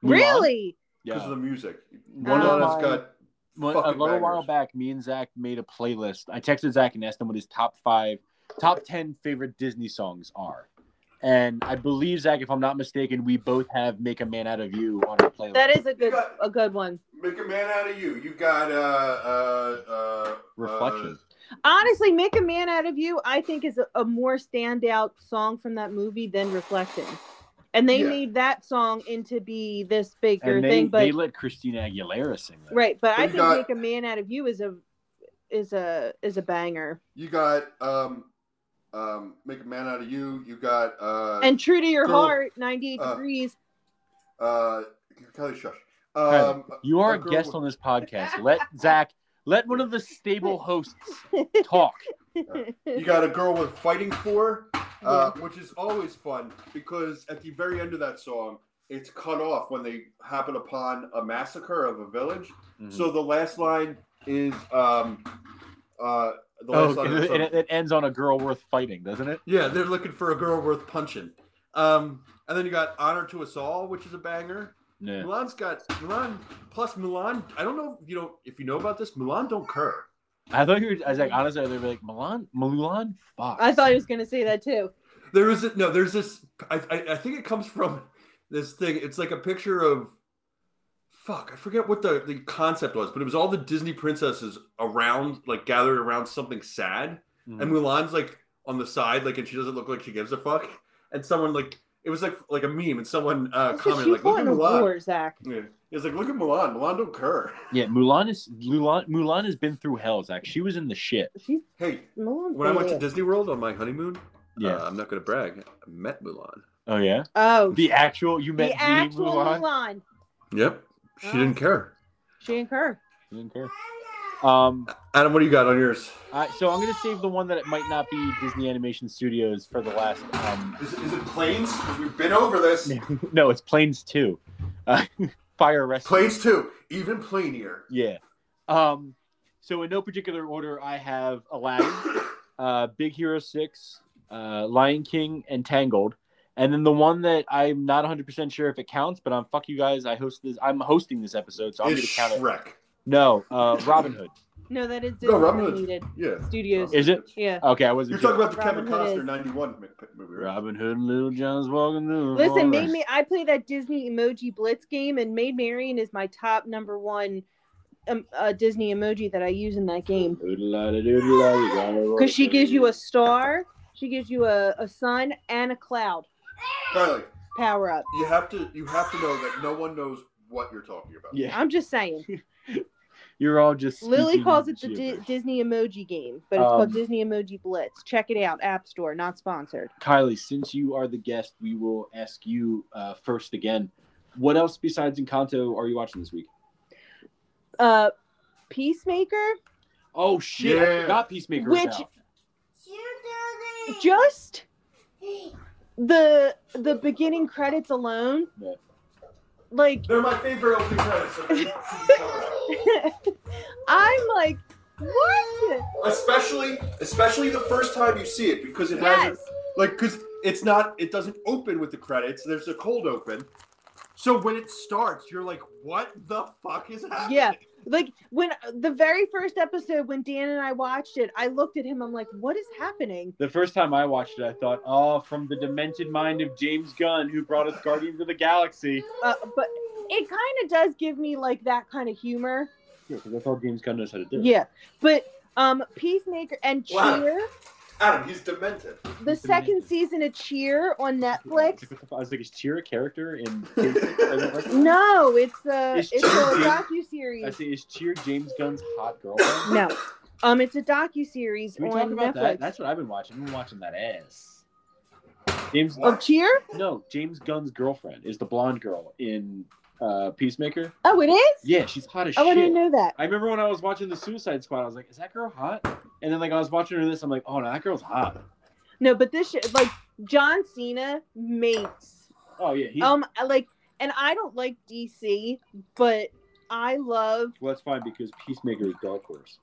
Mulan? Really? because Yeah. of the music. One One of of us my- got. When- a fucking little while bangers. back, me and Zach made a playlist. I texted Zach and asked him what his top five, top ten favorite Disney songs are, and I believe Zach, if I'm not mistaken, we both have "Make a Man Out of You" on our playlist. That is a good a good one. Make a man out of you. You got uh uh uh Reflections. uh, Honestly, Make a Man Out of You, I think, is a, a more standout song from that movie than Reflection. And they Yeah. made that song into be this bigger And they, thing, but they let Christina Aguilera sing that. right. But I They think got- Make a Man Out of You is a is a is a banger. You got um, um, make a man out of you. You got uh, And True to Your Girl, Heart, 98 uh, Degrees. uh, Kelly Shush. Um, You are A a girl guest with- on this podcast. Let Zach, let one of the stable hosts talk. you got a girl with fighting for, uh, which is always fun because at the very end of that song, it's cut off when they happen upon a massacre of a village. So the last line is um, uh, the Oh, last line. of the and song- it, it ends on a girl worth fighting, doesn't it? Yeah, they're looking for a girl worth punching. Um, and then you got Honor to Us All, which is a banger. No. Milan's got Milan plus Milan. I don't know if you know if you know about this. Milan don't cur. I thought you were, I was like, honestly, they were like, Milan, Mulan Fox. I thought he was going to say that too. There is a, no. There's this. I, I I think it comes from this thing. It's like a picture of. Fuck, I forget what the, the concept was, but it was all the Disney princesses around, like gathered around something sad. Mhm. and Mulan's like on the side, like, and she doesn't look like she gives a fuck. And someone like it was like like a meme, and someone uh, That's 'cause commented like, she's "Look at going to Mulan." war, Zach. Yeah. It's like, "Look at Mulan. Mulan don't cur." yeah, Mulan is Mulan, Mulan has been through hell, Zach. She was in the shit. She's Hey, Mulan's when I went to gonna- Disney World on my honeymoon, Yeah. uh, I'm not gonna brag. I met Mulan. oh yeah. Oh, The actual you met the the actual Mulan. Mulan. Yep, she didn't care. She and her. You didn't care. Um, Adam, what do you got on yours? I, Uh, so I'm gonna save the one that it might not be Disney Animation Studios for the last. Um, Is, is it planes? We've been over this. no, it's Planes Two, uh, Fire Rescue. Planes too, even planier. Yeah. Um, so in no particular order, I have Aladdin, uh, Big Hero Six, uh, Lion King, and Tangled. And then the one that I'm not 100% sure if it counts, but I'm fuck you guys. I host this. I'm hosting this episode, so I'm Is gonna count it. Shrek? No, uh, Robin Hood. No, that is No, Disney Robin Hood. animated Yeah. studios. Is it? Yeah. Okay, I wasn't. You're talking sure. about the Robin Kevin Hood Costner is- '91 movie, right? Robin Hood, and Little John's walking through. the Listen, made forest. me. I play that Disney emoji blitz game, and Maid Marian is my top number one um, uh, Disney emoji that I use in that game because Because she gives you a star, she gives you a, a sun, and a cloud Carly, power up. you have to you have to know that no one knows what you're talking about. Yeah, I'm just saying. you're all just. Lily speaking calls it the Di- gibberish. Disney emoji game, but it's called Um, Disney Emoji Blitz. Check it out, App Store, not sponsored. Kylie, since you are the guest, we will ask you uh, first again. What else besides Encanto are you watching this week? Uh, Peacemaker. Oh shit! I Yeah. forgot Peacemaker Which- was out. just the the beginning credits alone Yeah. like They're my favorite opening credits. i'm like what especially especially the first time you see it because it yes hasn't like because it's not it doesn't open with the credits. There's a cold open. So when it starts, you're like, what the fuck is happening? yeah like when the very first episode when dan and i watched it i looked at him i'm like what is happening The first time I watched it, I thought, "Oh, from the demented mind of James Gunn, who brought us Guardians of the Galaxy." uh, but it kind of does give me like that kind of humor Yeah, because that's all James Gunn knows how to do. yeah but um peacemaker and cheer Wow. Adam, he's demented. the second season of cheer on netflix I was like, "Is Cheer a character in?" No, it's a It's it's, cheesy. a docu I series. say, "Is Cheer James Gunn's hot girlfriend?" No, um, it's a docu series Can we on talk about Netflix. that? That's what I've been watching. I've been watching that ass. James Of Cheer? No, James Gunn's girlfriend is the blonde girl in uh, Peacemaker. Oh, it is. Yeah, she's hot as Oh, I shit. didn't know that. I remember when I was watching the Suicide Squad, I was like, "Is that girl hot?" And then like I was watching her this, I'm like, "Oh no, that girl's hot." No, but this shit, like John Cena mates. Oh yeah, he's, Um, I like, and I don't like DC, but I love. well that's fine because Peacemaker is Dark Horse.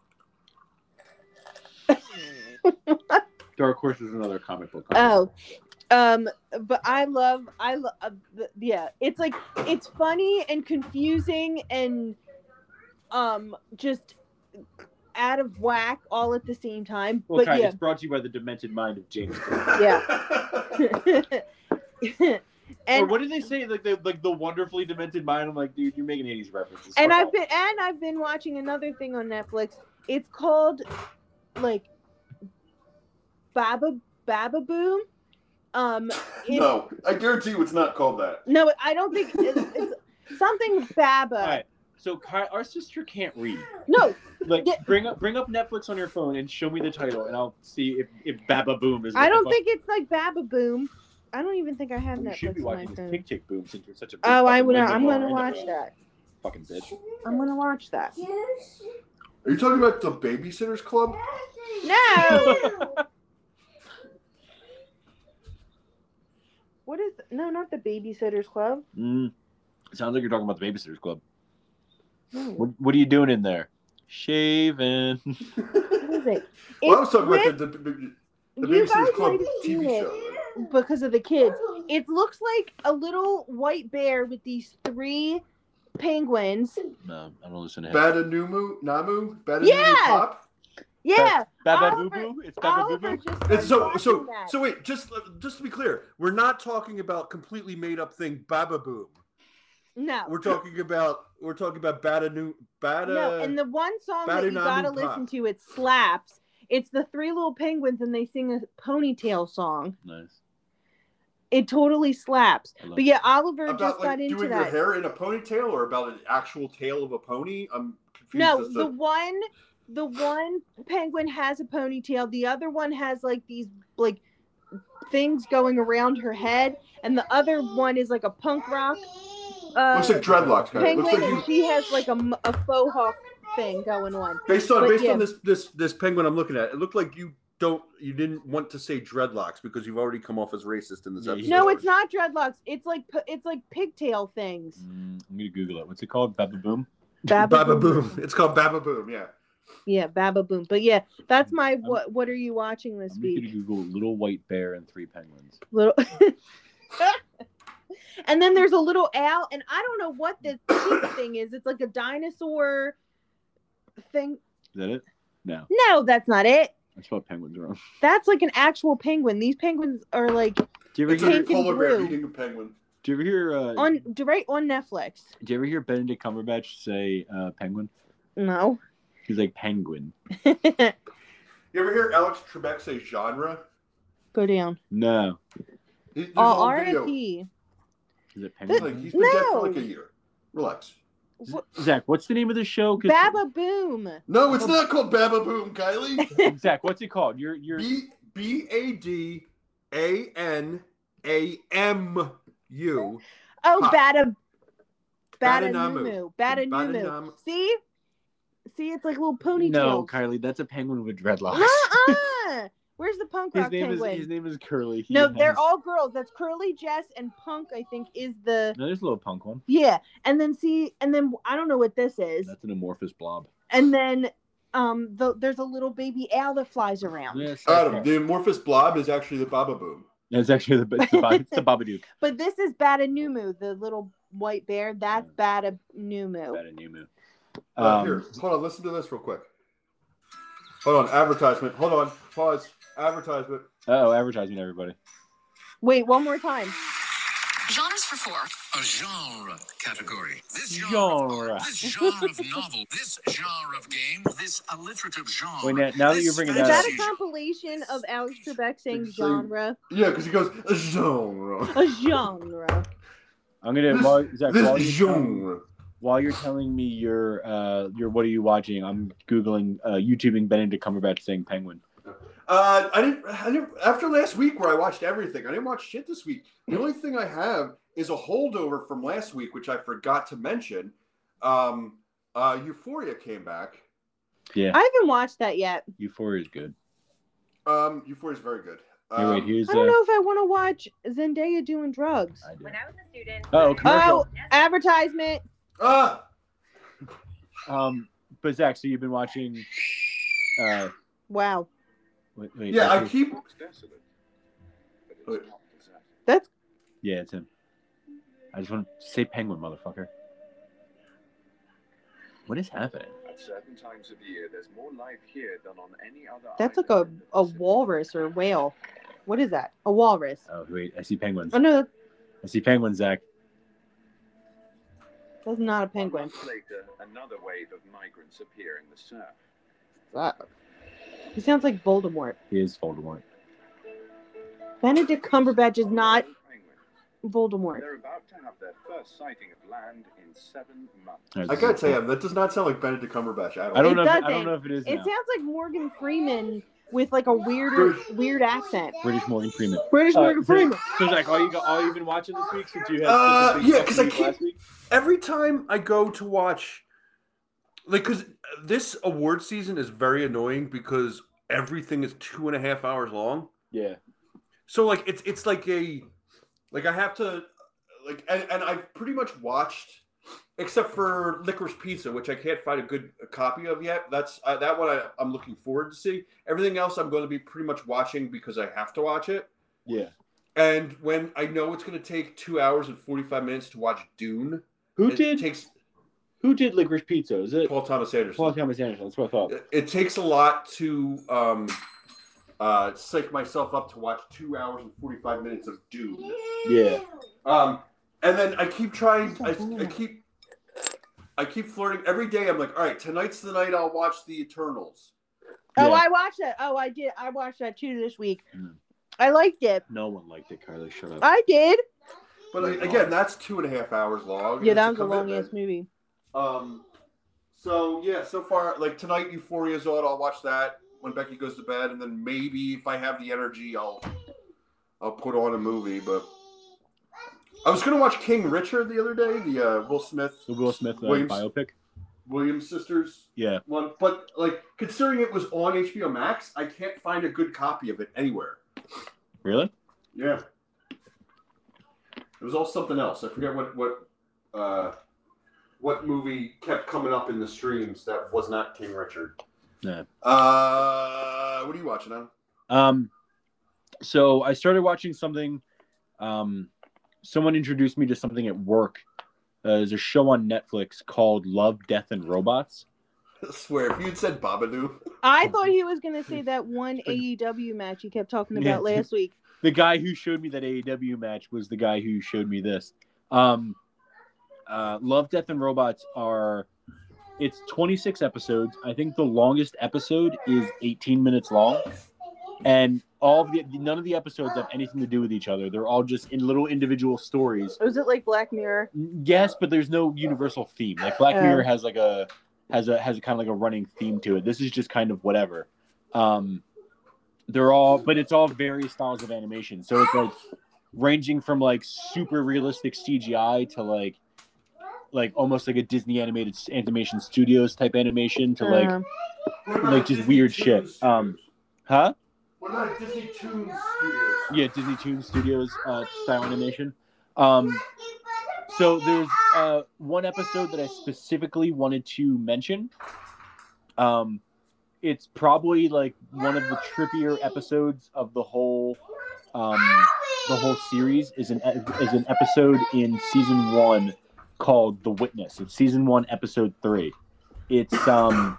Dark Horse is another comic book. Oh, um, but I love. I love. Uh, th- yeah, it's like it's funny and confusing and um just out of whack all at the same time. well, but Kai, yeah. it's brought to you by the demented mind of James. Gunn. or and what did they say? Like the like the wonderfully demented mind. I'm like, dude, you're making 80s references. and Fuck I've off. been and I've been watching another thing on Netflix. It's called like Baba Baba Boom. Um, it- no, I guarantee you, it's not called that. no, I don't think it's, it's something Baba. All right. So Ky- our sister can't read. No, Like, Yeah. bring up bring up Netflix on your phone and show me the title, and I'll see if if Baba Boom is. I what the don't fuck- think it's like Baba Boom. I don't even think I have You should be Netflix on watching my this phone. Tick Tick Boom since you're such a. big Oh, I fucking would. Linda I'm gonna Bar- watch that. Fucking bitch. I'm gonna watch that. Are you talking about the Babysitters Club? No. What is? No, not the Babysitters Club. Mm. Sounds like you're talking about the Babysitters Club. No. What, what are you doing in there? Shaving. What is it? Well, I was It's talking with- about the, the, the, the you Babysitters guys Club might have seen TV it show. because of the kids. It looks like a little white bear with these three penguins. No, I don't listen to him. Badanumu, Namu, Badanumu Yeah! Pop. Yeah, Baba Boo Oliver- Boo. It's Baba Boo Oliver Boo. just It's so started so watching that. so. Wait, just just to be clear, we're not talking about completely made up thing Baba Boom. no, We're talking about we're talking about Bada New Bada. no, and the one song that Badu you Namu gotta Pop. listen to it slaps. It's the three little penguins and they sing a ponytail song. Nice. It totally slaps. I love But yeah, Oliver just About got like into doing your that. hair in a ponytail or about an actual tail of a pony? I'm confused. No, as the to, one, the one penguin has a ponytail. The other one has like these like things going around her head, and the other one is like a punk rock uh, looks like dreadlocks, guy. Looks penguin, like you and she has like a, m- a faux hawk thing going on. based on but based yeah. on this this this penguin I'm looking at, it looked like you don't you didn't want to say dreadlocks because you've already come off as racist in this Yeah, episode. No, it's not dreadlocks. It's like p- it's like pigtail things. Mm, I'm gonna Google it. What's it called? Baba Boom. Baba Boom. It's called Bababoom, yeah. Yeah, Baba Boom. But yeah, that's my what. What are you watching this I'm just gonna week? Google little white bear and three penguins. Little. and then there's a little owl, and I don't know what this sheep thing is. It's like a dinosaur thing. Is that it? No, No, that's not it. I spelled penguins wrong. That's like an actual penguin. These penguins are like Do you ever It's Pink hear? like a and polar bear blue. eating a penguin. Do you ever hear? Uh, on right on Netflix. Do you ever hear Benedict Cumberbatch say uh, penguin? No. He's like penguin. You ever hear Alex Trebek say genre? Go down. No, He- there's a Oh, whole video. RIP. is it He's penguin? Like, he's been dead for like No. a year. Relax. Zach, what's the name of the show? 'Cause- Baba Boom. No, Oh. it's not called Bababoom, Kylie. Zach, what's it called? You're you're B B A D A N A M U. Oh, Huh. Bada. Bada Numu. Badanamu. Bada Badanam- Numu. See? See, it's like little ponytails. no, Kylie. That's a penguin with dreadlocks. Nuh-uh. Where's the punk his rock name penguin? is his name is Curly. He no, has- they're all girls. That's Curly Jess and Punk, I think, is the. No, there's a little punk one. Yeah. And then see, and then I don't know what this is. That's an amorphous blob. And then um, the, there's a little baby owl that flies around. Yes, Adam. The amorphous blob is actually the Bababoom. That's actually the it's the, Bob- it's the Babadook. But this is Badanumu, the little white bear. That's Badanumu. Badanumu. Uh, Um, here, hold on. Listen to this real quick. Hold on. Advertisement. Hold on. Pause. Advertisement. oh, advertising everybody. Wait, one more time. Genres for four. A genre category. This genre. Genre. This genre of novel. This genre of game. This alliterative genre. Wait, now, now that This you're bringing Is that that up, a compilation of Alex Trebek saying Same. genre? Yeah, because he goes genre. A genre. I'm gonna This- while, Zach, while, This you're telling, genre. while you're telling me your uh your what are you watching? I'm googling uh YouTubing Benedict Cumberbatch saying penguin. Uh, I didn't, I didn't. After last week, where I watched everything, I didn't watch shit this week. The only thing I have is a holdover from last week, which I forgot to mention. Um, uh, Euphoria came back. Yeah, I haven't watched that yet. Euphoria is good. Um, Euphoria is very good. Here, wait, Um, here's I don't uh, know if I want to watch Zendaya doing drugs. I do. When I was a student. Oh, commercial. Oh, advertisement. ah, Um, but Zach, so you've been watching. Uh, Wow. wait, wait, yeah, that's I his- keep. That's yeah, it's him. I just want to say penguin, motherfucker. What is happening? At certain times of year, there's more life here than on any other. that's like a, island in the a Pacific. walrus or a whale. What is that? A walrus. Oh wait, I see penguins. Oh no, that's, I see penguins, Zach. that's not a penguin. Months later, another wave of migrants appear in the surf. Uh, He sounds like Voldemort. He is Voldemort. Benedict Cumberbatch is not Voldemort. They're about to have their first sighting of land in seven months. All right, I this gotta is- tell you, that does not sound like Benedict Cumberbatch at all. I don't It know. If, I doesn't. don't know if it is It now. sounds like Morgan Freeman with like a weirder, weird accent. British Morgan Freeman. British Uh, Morgan so, Freeman. so Zach, all you got, all you've been watching this week since you had Uh, since this yeah, 'cause I week keep- last week? every time I go to watch, like, because this award season is very annoying because everything is two and a half hours long. Yeah, So like it's it's like a Like I have to, like, and, and I've pretty much watched, except for Licorice Pizza, which I can't find a good copy of yet. That's uh, that one I, I'm looking forward to see. Everything else I'm going to be pretty much watching because I have to watch it. yeah. And when I know it's going to take two hours and 45 minutes to watch Dune, Who it did takes who did Licorice Pizza? Is it Paul Thomas Anderson. Paul Thomas Anderson? That's what I thought. It- it takes a lot to um, uh, psych myself up to watch two hours and 45 minutes of Dune. Yeah, Um, and then I keep trying. I, I keep. I keep flirting every day. I'm like, all right, tonight's the night I'll watch The Eternals. Oh, Yeah. I watched that. Oh, I did. I watched that too this week. Mm. I liked it. no one liked it. Carly, shut up. I did. But I, again, that's two and a half hours long. and Yeah, it's that was a long ass commitment. movie. Um, so yeah, so far like tonight Euphoria's on. I'll watch that when Becky goes to bed, and then maybe if I have the energy, I'll I'll put on a movie. But I was gonna watch King Richard the other day, the uh, Will Smith the Will Smith uh, Williams- biopic. Williams sisters Yeah, one, but like considering it was on HBO Max, I can't find a good copy of it anywhere. really? Yeah, it was all something else. I forget what what. Uh, what movie kept coming up in the streams that was not King Richard? No. Uh, what are you watching on? Um, so I started watching something. Um, someone introduced me to something at work. Uh, there's a show on Netflix called Love, Death, and Robots. I swear, if you'd said Babadook, I thought he was gonna say that one AEW match he kept talking Yeah. about last week. The guy who showed me that AEW match was the guy who showed me this. Um, uh, Love, Death, and Robots are it's 26 episodes. I think the longest episode is 18 minutes long, and all of the none of the episodes have anything to do with each other. They're all just in little individual stories Was it like Black Mirror? Yes, but there's no universal theme. Like Black Oh. Mirror has like a has a has a kind of like a running theme to it. This is just kind of whatever. Um they're all but it's all various styles of animation. So it's like ranging from like super realistic CGI to like like almost like a Disney animated s- animation studios type animation to like Uh, What Like, just weird shit. Studios? Um, huh? what about Disney Toon Studios? Yeah, Disney Toon Studios uh, style animation. Um, so there's uh, one episode that I specifically wanted to mention. Um, it's probably like one of the trippier episodes of the whole um, the whole series. is an is an episode in season one called The Witness. It's season one, episode three. It's um.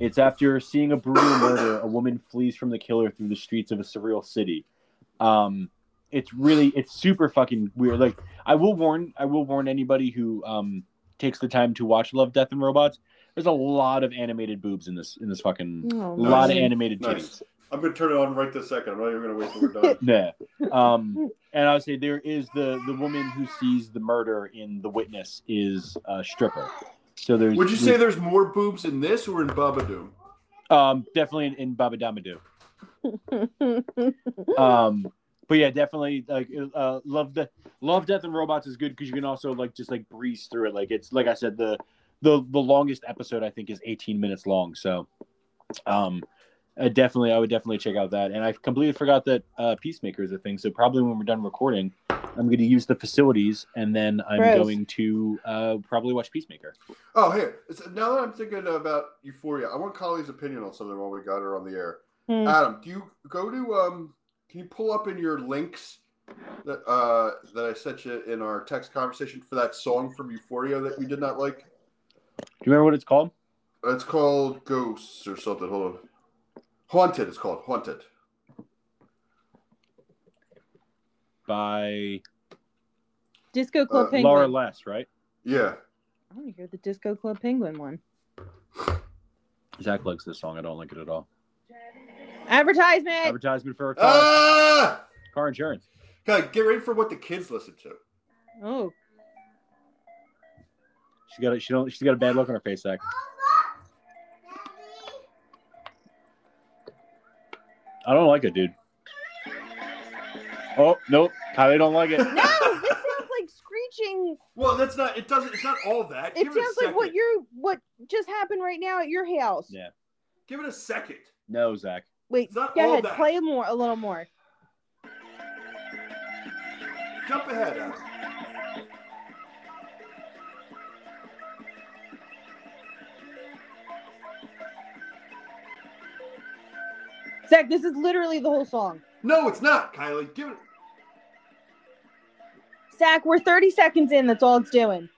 It's after seeing a brutal murder, a woman flees from the killer through the streets of a surreal city. Um, it's really, it's super fucking weird. Like, I will warn, I will warn anybody who um takes the time to watch Love, Death, and Robots. There's a lot of animated boobs in this in this fucking a oh, lot of Nice. animated titties. Nice. I'm gonna turn it on right this second. I'm not even gonna wait till we're done. Yeah. Um, and I would say there is the the woman who sees the murder in The Witness is a stripper. So there's Would you say there's more boobs in this or in Babadook? um definitely in, in Baba Damadoo. man. um but yeah definitely like uh love the love death and robots is good because you can also like just like breeze through it like it's like i said the the the longest episode i think is 18 minutes long so um I definitely i would definitely check out that and i completely forgot that uh peacemaker is a thing so probably when we're done recording i'm going to use the facilities and then i'm Gross. going to uh probably watch peacemaker Oh, here. It's- Now that I'm thinking about Euphoria, I want Collie's opinion on something while we got her on the air. Hmm. Adam, do you go to um? Can you pull up in your links that uh that I sent you in our text conversation for that song from Euphoria that you did not like? do you remember what it's called It's called Ghosts or something. Hold on. Haunted, it's called Haunted. by Disco Club uh, Penguin. laura less right Yeah. I want to hear the Disco Club Penguin one. zach likes this song i don't like it at all Advertisement. Advertisement for car, Ah! car insurance. God, get ready for what the kids listen to. Oh, She got a, she don't she's got a bad look on her face, Zach. I don't like it, dude. Oh nope, Kylie don't like it. no! This sounds like screeching. Well, that's not. It doesn't. It's not all that. It Give sounds it a like what second. you're what just happened right now at your house. Yeah. Give it a second. No, Zach. Wait, It's go not all ahead. that. Play more, a little more. Jump ahead. Adam. Zach, this is literally the whole song. No, it's not, Kylie. Give it. Zach, we're 30 seconds in. That's all it's doing.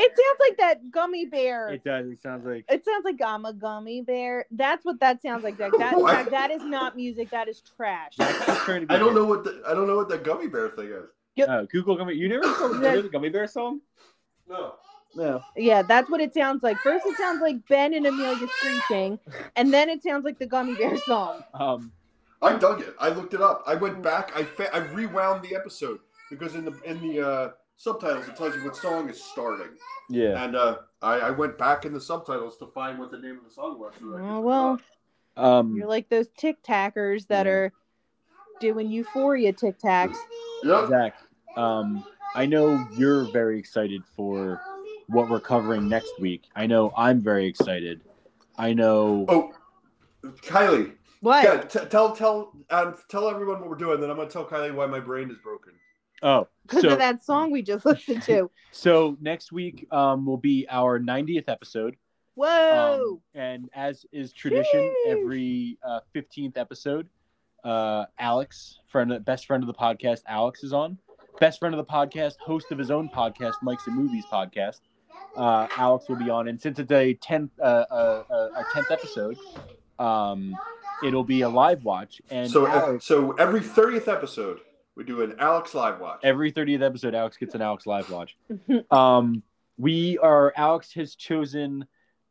It sounds like that gummy bear. It does. It sounds like It sounds like I'm a gummy bear. That's what that sounds like. Zach. That, What? Zach, that is not music. That is trash. Zach's trying to be I don't know what the. I don't know what that gummy bear thing is. Uh, Google gummy. You never you hear the gummy bear song? No. No. Yeah, that's what it sounds like. First, it sounds like Ben and Amelia screeching, and then it sounds like the gummy bear song. Um. I dug it. I looked it up. I went back. I fa- I rewound the episode because in the in the uh, subtitles it tells you what song is starting, Yeah. and uh, I, I went back in the subtitles to find what the name of the song was. so that I could Oh, look well. it up. Um. You're like those tic tackers that Yeah. are doing euphoria tic tacs. Yep. Zach. Um. I know you're very excited for what we're covering next week. I know I'm very excited. I know. Oh, Kylie, What? yeah, t- tell tell um, tell everyone what we're doing. Then I'm gonna tell Kylie why my brain is broken. Oh, Because so of that song we just listened to. so next week um, will be our 90th episode, Whoa. um, and as is tradition, Sheesh. every uh, 15th episode, uh, Alex, friend, best friend of the podcast, Alex is on. Best friend of the podcast, host of his own podcast, Mike's and Movies podcast. Uh, Alex will be on, and since it's a 10th, uh, uh, uh, our 10th episode, um, it'll be a live watch. And so uh, Alex- so every thirtieth episode we do an Alex live watch. every 30th episode alex gets an alex live watch um we are alex has chosen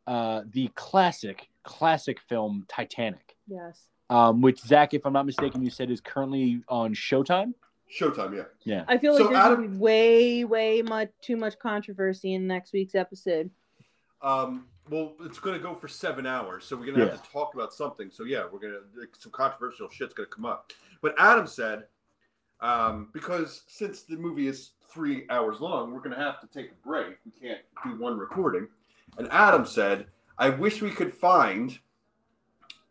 uh the classic classic film titanic yes. um which zach if i'm not mistaken you said is currently on showtime Showtime, yeah. I feel like So there's gonna Adam- be way, way much too much controversy in next week's episode. Um, well, it's going to go for seven hours, so we're going to have to talk about something. So yeah, we're going to some controversial shit's going to come up. But Adam said, um, because since the movie is three hours long, we're going to have to take a break. We can't do one recording. And Adam said, I wish we could find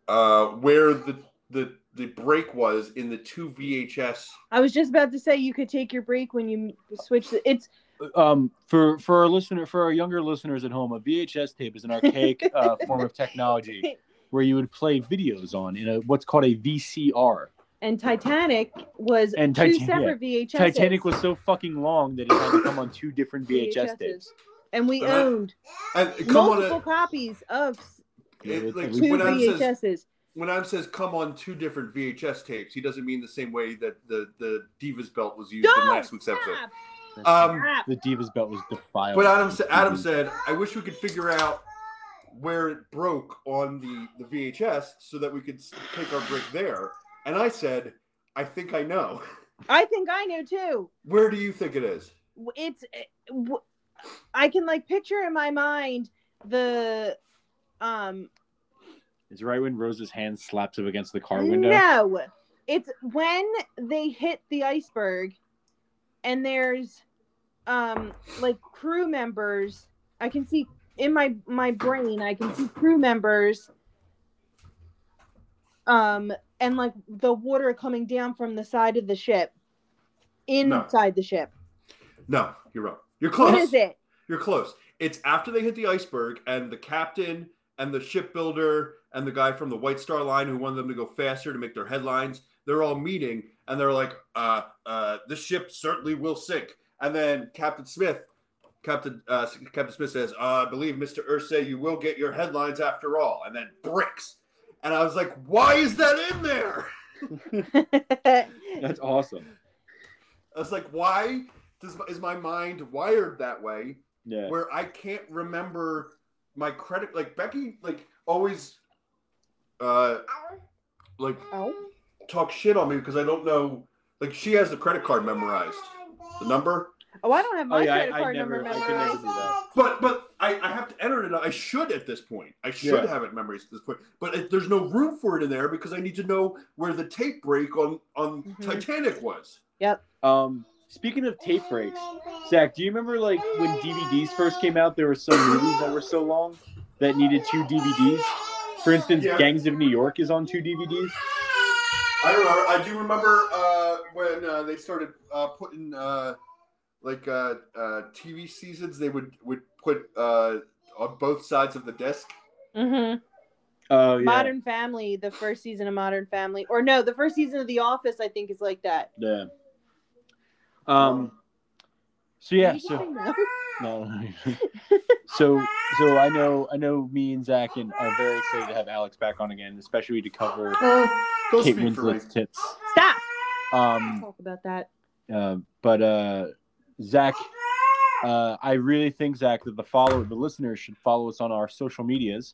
uh, where the the the break was in the two VHS. I was just about to say you could take your break when you m- switch. The, it's um for for our listener for our younger listeners at home a vhs tape is an archaic uh, form of technology where you would play videos on in a what's called a vcr and Titanic was And two Titan- yeah. separate VHS. titanic was so fucking long that it had to come on two different vhs, tapes and we Uh, owned And come on, multiple uh, copies of s- it, like, Two two when Adam says VHSs. when Adam says come on two different VHS tapes, he doesn't mean the same way that the the Divas belt was used in Don't last week's stop, episode. Um, stop. the divas belt was defiled but Adam sa- Adam Mm-hmm. said, I wish we could figure out where it broke on the the VHS so that we could s- take our break there. And I said, I think I know. I think I know too. Where do you think it is? w- it's eh, w- I can like picture in my mind the um It's right when Rose's hand slaps up against the car window. no it's when they hit the iceberg and there's um like crew members I can see in my my brain I can see crew members um and like the water coming down from the side of the ship inside the ship No, you're wrong. You're close. what is it You're close. It's after they hit the iceberg, and the captain and the shipbuilder and the guy from the White Star Line who wanted them to go faster to make their headlines, they're all meeting and they're like, uh, uh, this ship certainly will sink. And then Captain Smith, Captain uh, Captain Smith says, uh, I believe Mr. Ursay, you will get your headlines after all. And then bricks. And I was like, why is that in there? That's awesome. I was like, why does, is my mind wired that way? Yeah. where I can't remember my credit like Becky like always uh like Oh, talk shit on me because I don't know like she has the credit card memorized. The number? oh, I don't have Oh my yeah, I, credit I card never, number I could never memorized. do that. But but I, I have to enter it. and I should at this point. I should Yeah. have it memorized at this point. But it, there's no room for it in there because I need to know where the tape break on on Mhm. Titanic was. Um, speaking of tape breaks, Zach, do you remember like when DVDs first came out? There were some movies that were so long that needed two DVDs. For instance, Yeah. Gangs of New York is on two DVDs. I remember. I do remember uh, when uh, they started uh, putting uh, like uh, uh, TV seasons. They would would put uh, on both sides of the disc. Mm-hmm. Oh yeah, Modern Family, the first season of Modern Family, or no, the first season of The Office, I think is like that. yeah. Um. So yeah, You so should know. no. so so I know I know me and Zach and are very excited to have Alex back on again, especially to cover Don't Kate speak for me. Winslet's tits. stop. Um. Talk about that. Uh, but uh, Zach, uh, I really think Zach that the follow the listeners should follow us on our social medias,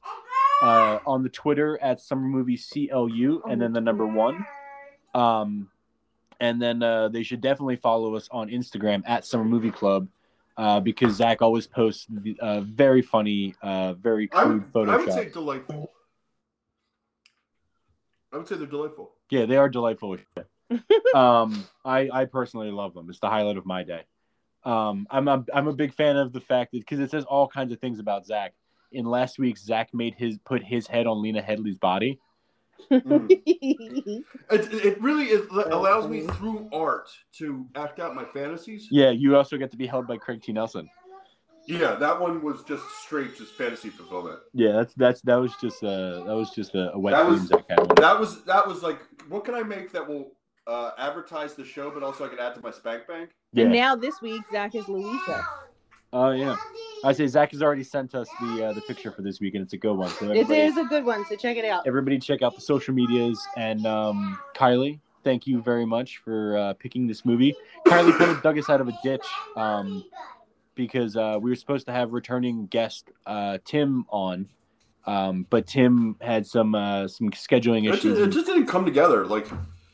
uh, on the Twitter at Summer Movie CLU, and then the number one. Um, and then uh, they should definitely follow us on Instagram at Summer Movie Club. Uh, because Zach always posts the, uh, very funny, uh, very I crude would, I would Photoshop. say delightful. I would say they're delightful. Yeah, they are delightful. as shit. um, I I personally love them. It's the highlight of my day. Um, I'm a, I'm a big fan of the fact that because it says all kinds of things about Zach. In last week, Zach made his put his head on Lena Headley's body. Mm. It, it really is, allows me through art to act out my fantasies. Yeah, you also get to be held by Craig T. Nelson. Yeah, that one was just straight, just fantasy fulfillment. Yeah, that's that's that was just a that was just a, a wet That dream was- Zach had. One. That was that was like, what can I make that will uh, advertise the show, but also I can add to my spank bank? yeah. And now this week, Zach is Louisa. oh yeah. I say Zach has already sent us the uh, the picture for this week, and it's a good one. So It everybody- is a good one, so check it out. everybody check out the social medias and um, kylie thank you very much for uh, picking this movie kylie kind of dug us out of a ditch um, because uh, we were supposed to have returning guest uh, tim on um, but tim had some uh, some scheduling It issues just, it just didn't come together. Like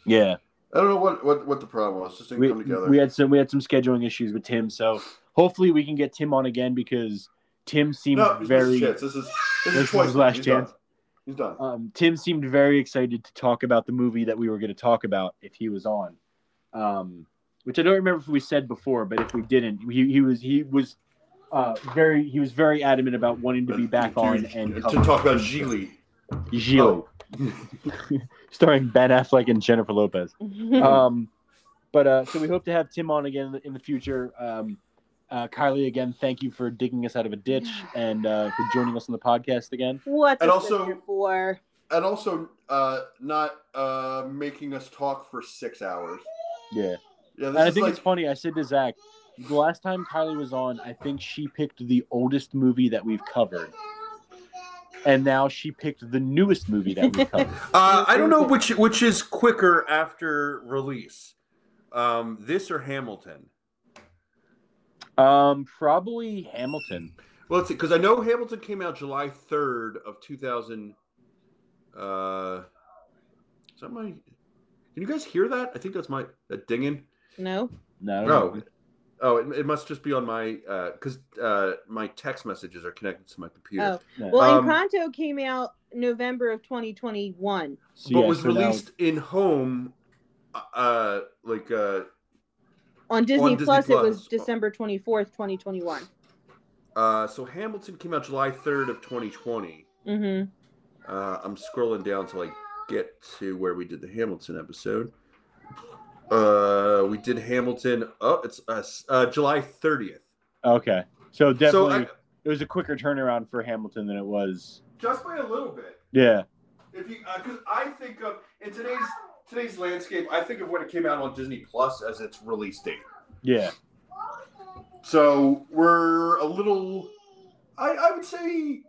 yeah I don't know what what, what the problem was. It just didn't we, come together. we had some we had some scheduling issues with tim so hopefully we can get tim on again because tim seemed no, very very. This is this, this is is twice. his now. last He's chance. Done. He's done. um, Tim seemed very excited to talk about the movie that we were going to talk about if he was on, um, which I don't remember if we said before, but if we didn't, he, he was he was uh, very he was very adamant about wanting to be back on and to cover talk about Gigli. Gigli, starring Ben Affleck and Jennifer Lopez. Hmm. Um, but uh, so we hope to have Tim on again in the, in the future. Um, uh, Kylie, again, thank you for digging us out of a ditch and uh, for joining us on the podcast again. What's And a also- sister for? and also uh, not uh, making us talk for six hours. Yeah. Yeah, And this I is think like, it's funny. I said to Zach, the last time Kylie was on, I think she picked the oldest movie that we've covered, and now she picked the newest movie that we've covered. Uh, I don't know which which is quicker after release, um, this or Hamilton. um, probably Hamilton. Well, let's see, because I know Hamilton came out July third of two thousand. Uh, is that my? Can you guys hear that? I think that's my that dinging. No. No, I don't No. know. Oh, it, it must just be on my because uh, my text messages are connected to my computer. Oh. Well, Um, Encanto came out November of 2021. So, but yeah, was so now- released in home, uh, like uh, On Disney, Disney Plus, it Plus. was December 24th, 2021. uh, so Hamilton came out July third of twenty twenty. hmm Uh, I'm scrolling down till I get to where we did the Hamilton episode. Uh, we did Hamilton. Oh, it's uh, s- uh, July 30th. okay, so So definitely I, it was a quicker turnaround for Hamilton than it was. just by a little bit. Yeah, If you, because I think of in today's today's landscape, I think of when it came out on Disney Plus as its release date. yeah, So we're a little, I, I would say,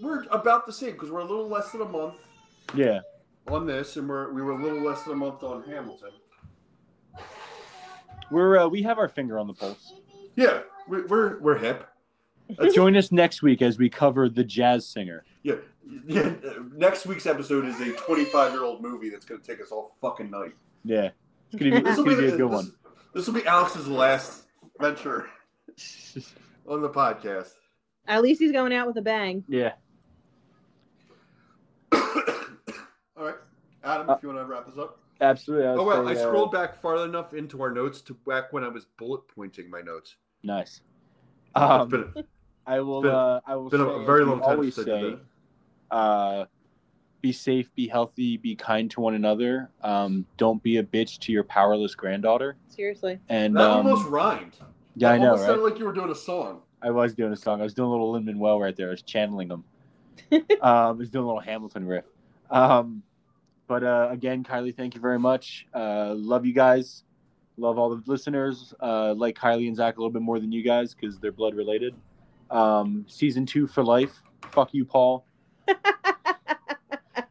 we're about the same because we're a little less than a month yeah. on this, and we're we were a little less than a month on Hamilton. We're uh, we have our finger on the pulse. Uh, Yeah, we, we're we're hip. Join us next week as we cover The Jazz Singer. Yeah, yeah. Next week's episode is a 25 year old movie that's going to take us all fucking night. Yeah. It's going to be, it's gonna be a good one. This will be Alex's last venture on the podcast. At least he's going out with a bang. Yeah. all right, Adam, if you want to wrap this up. Absolutely. Oh well, I Uh, say, uh, scrolled back far enough into our notes to back when I was bullet pointing my notes. uh, Nice. It's Um, been, it's I will. been- uh, I will. been say, a very as we long time always since I did say, that. uh, be safe, be healthy, be kind to one another. Um, don't be a bitch to your powerless granddaughter. Seriously. And That um, almost rhymed. yeah, I That know, almost right? sounded like you were doing a song. I was doing a song. I was doing a little Lin Manuel right there. I was channeling him. um, I was doing a little Hamilton riff. Um, but uh, again, Kylie, thank you very much. Uh, love you guys. Love all the listeners. Uh, like Kylie and Zach a little bit more than you guys because they're blood related. Um, season two for life. Fuck you, Paul.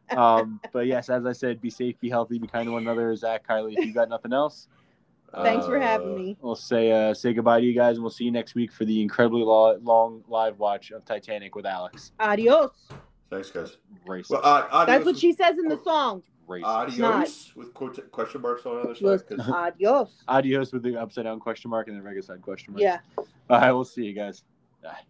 um, but yes, as I said, be safe, be healthy, be kind to one another. Zach, Kylie, if you got nothing else, Thanks for having Uh, me. we'll say uh, say goodbye to you guys, and we'll see you next week for the incredibly lo- long live watch of Titanic with Alex. Adios. Thanks, guys. Racist, Well, uh, adios That's what with- she says in the song. racist. Adios with quote, question marks on the other She goes, side. 'cause- Adios. Adios with the upside down question mark and the regular side question mark. Yeah. All right, we'll see you guys.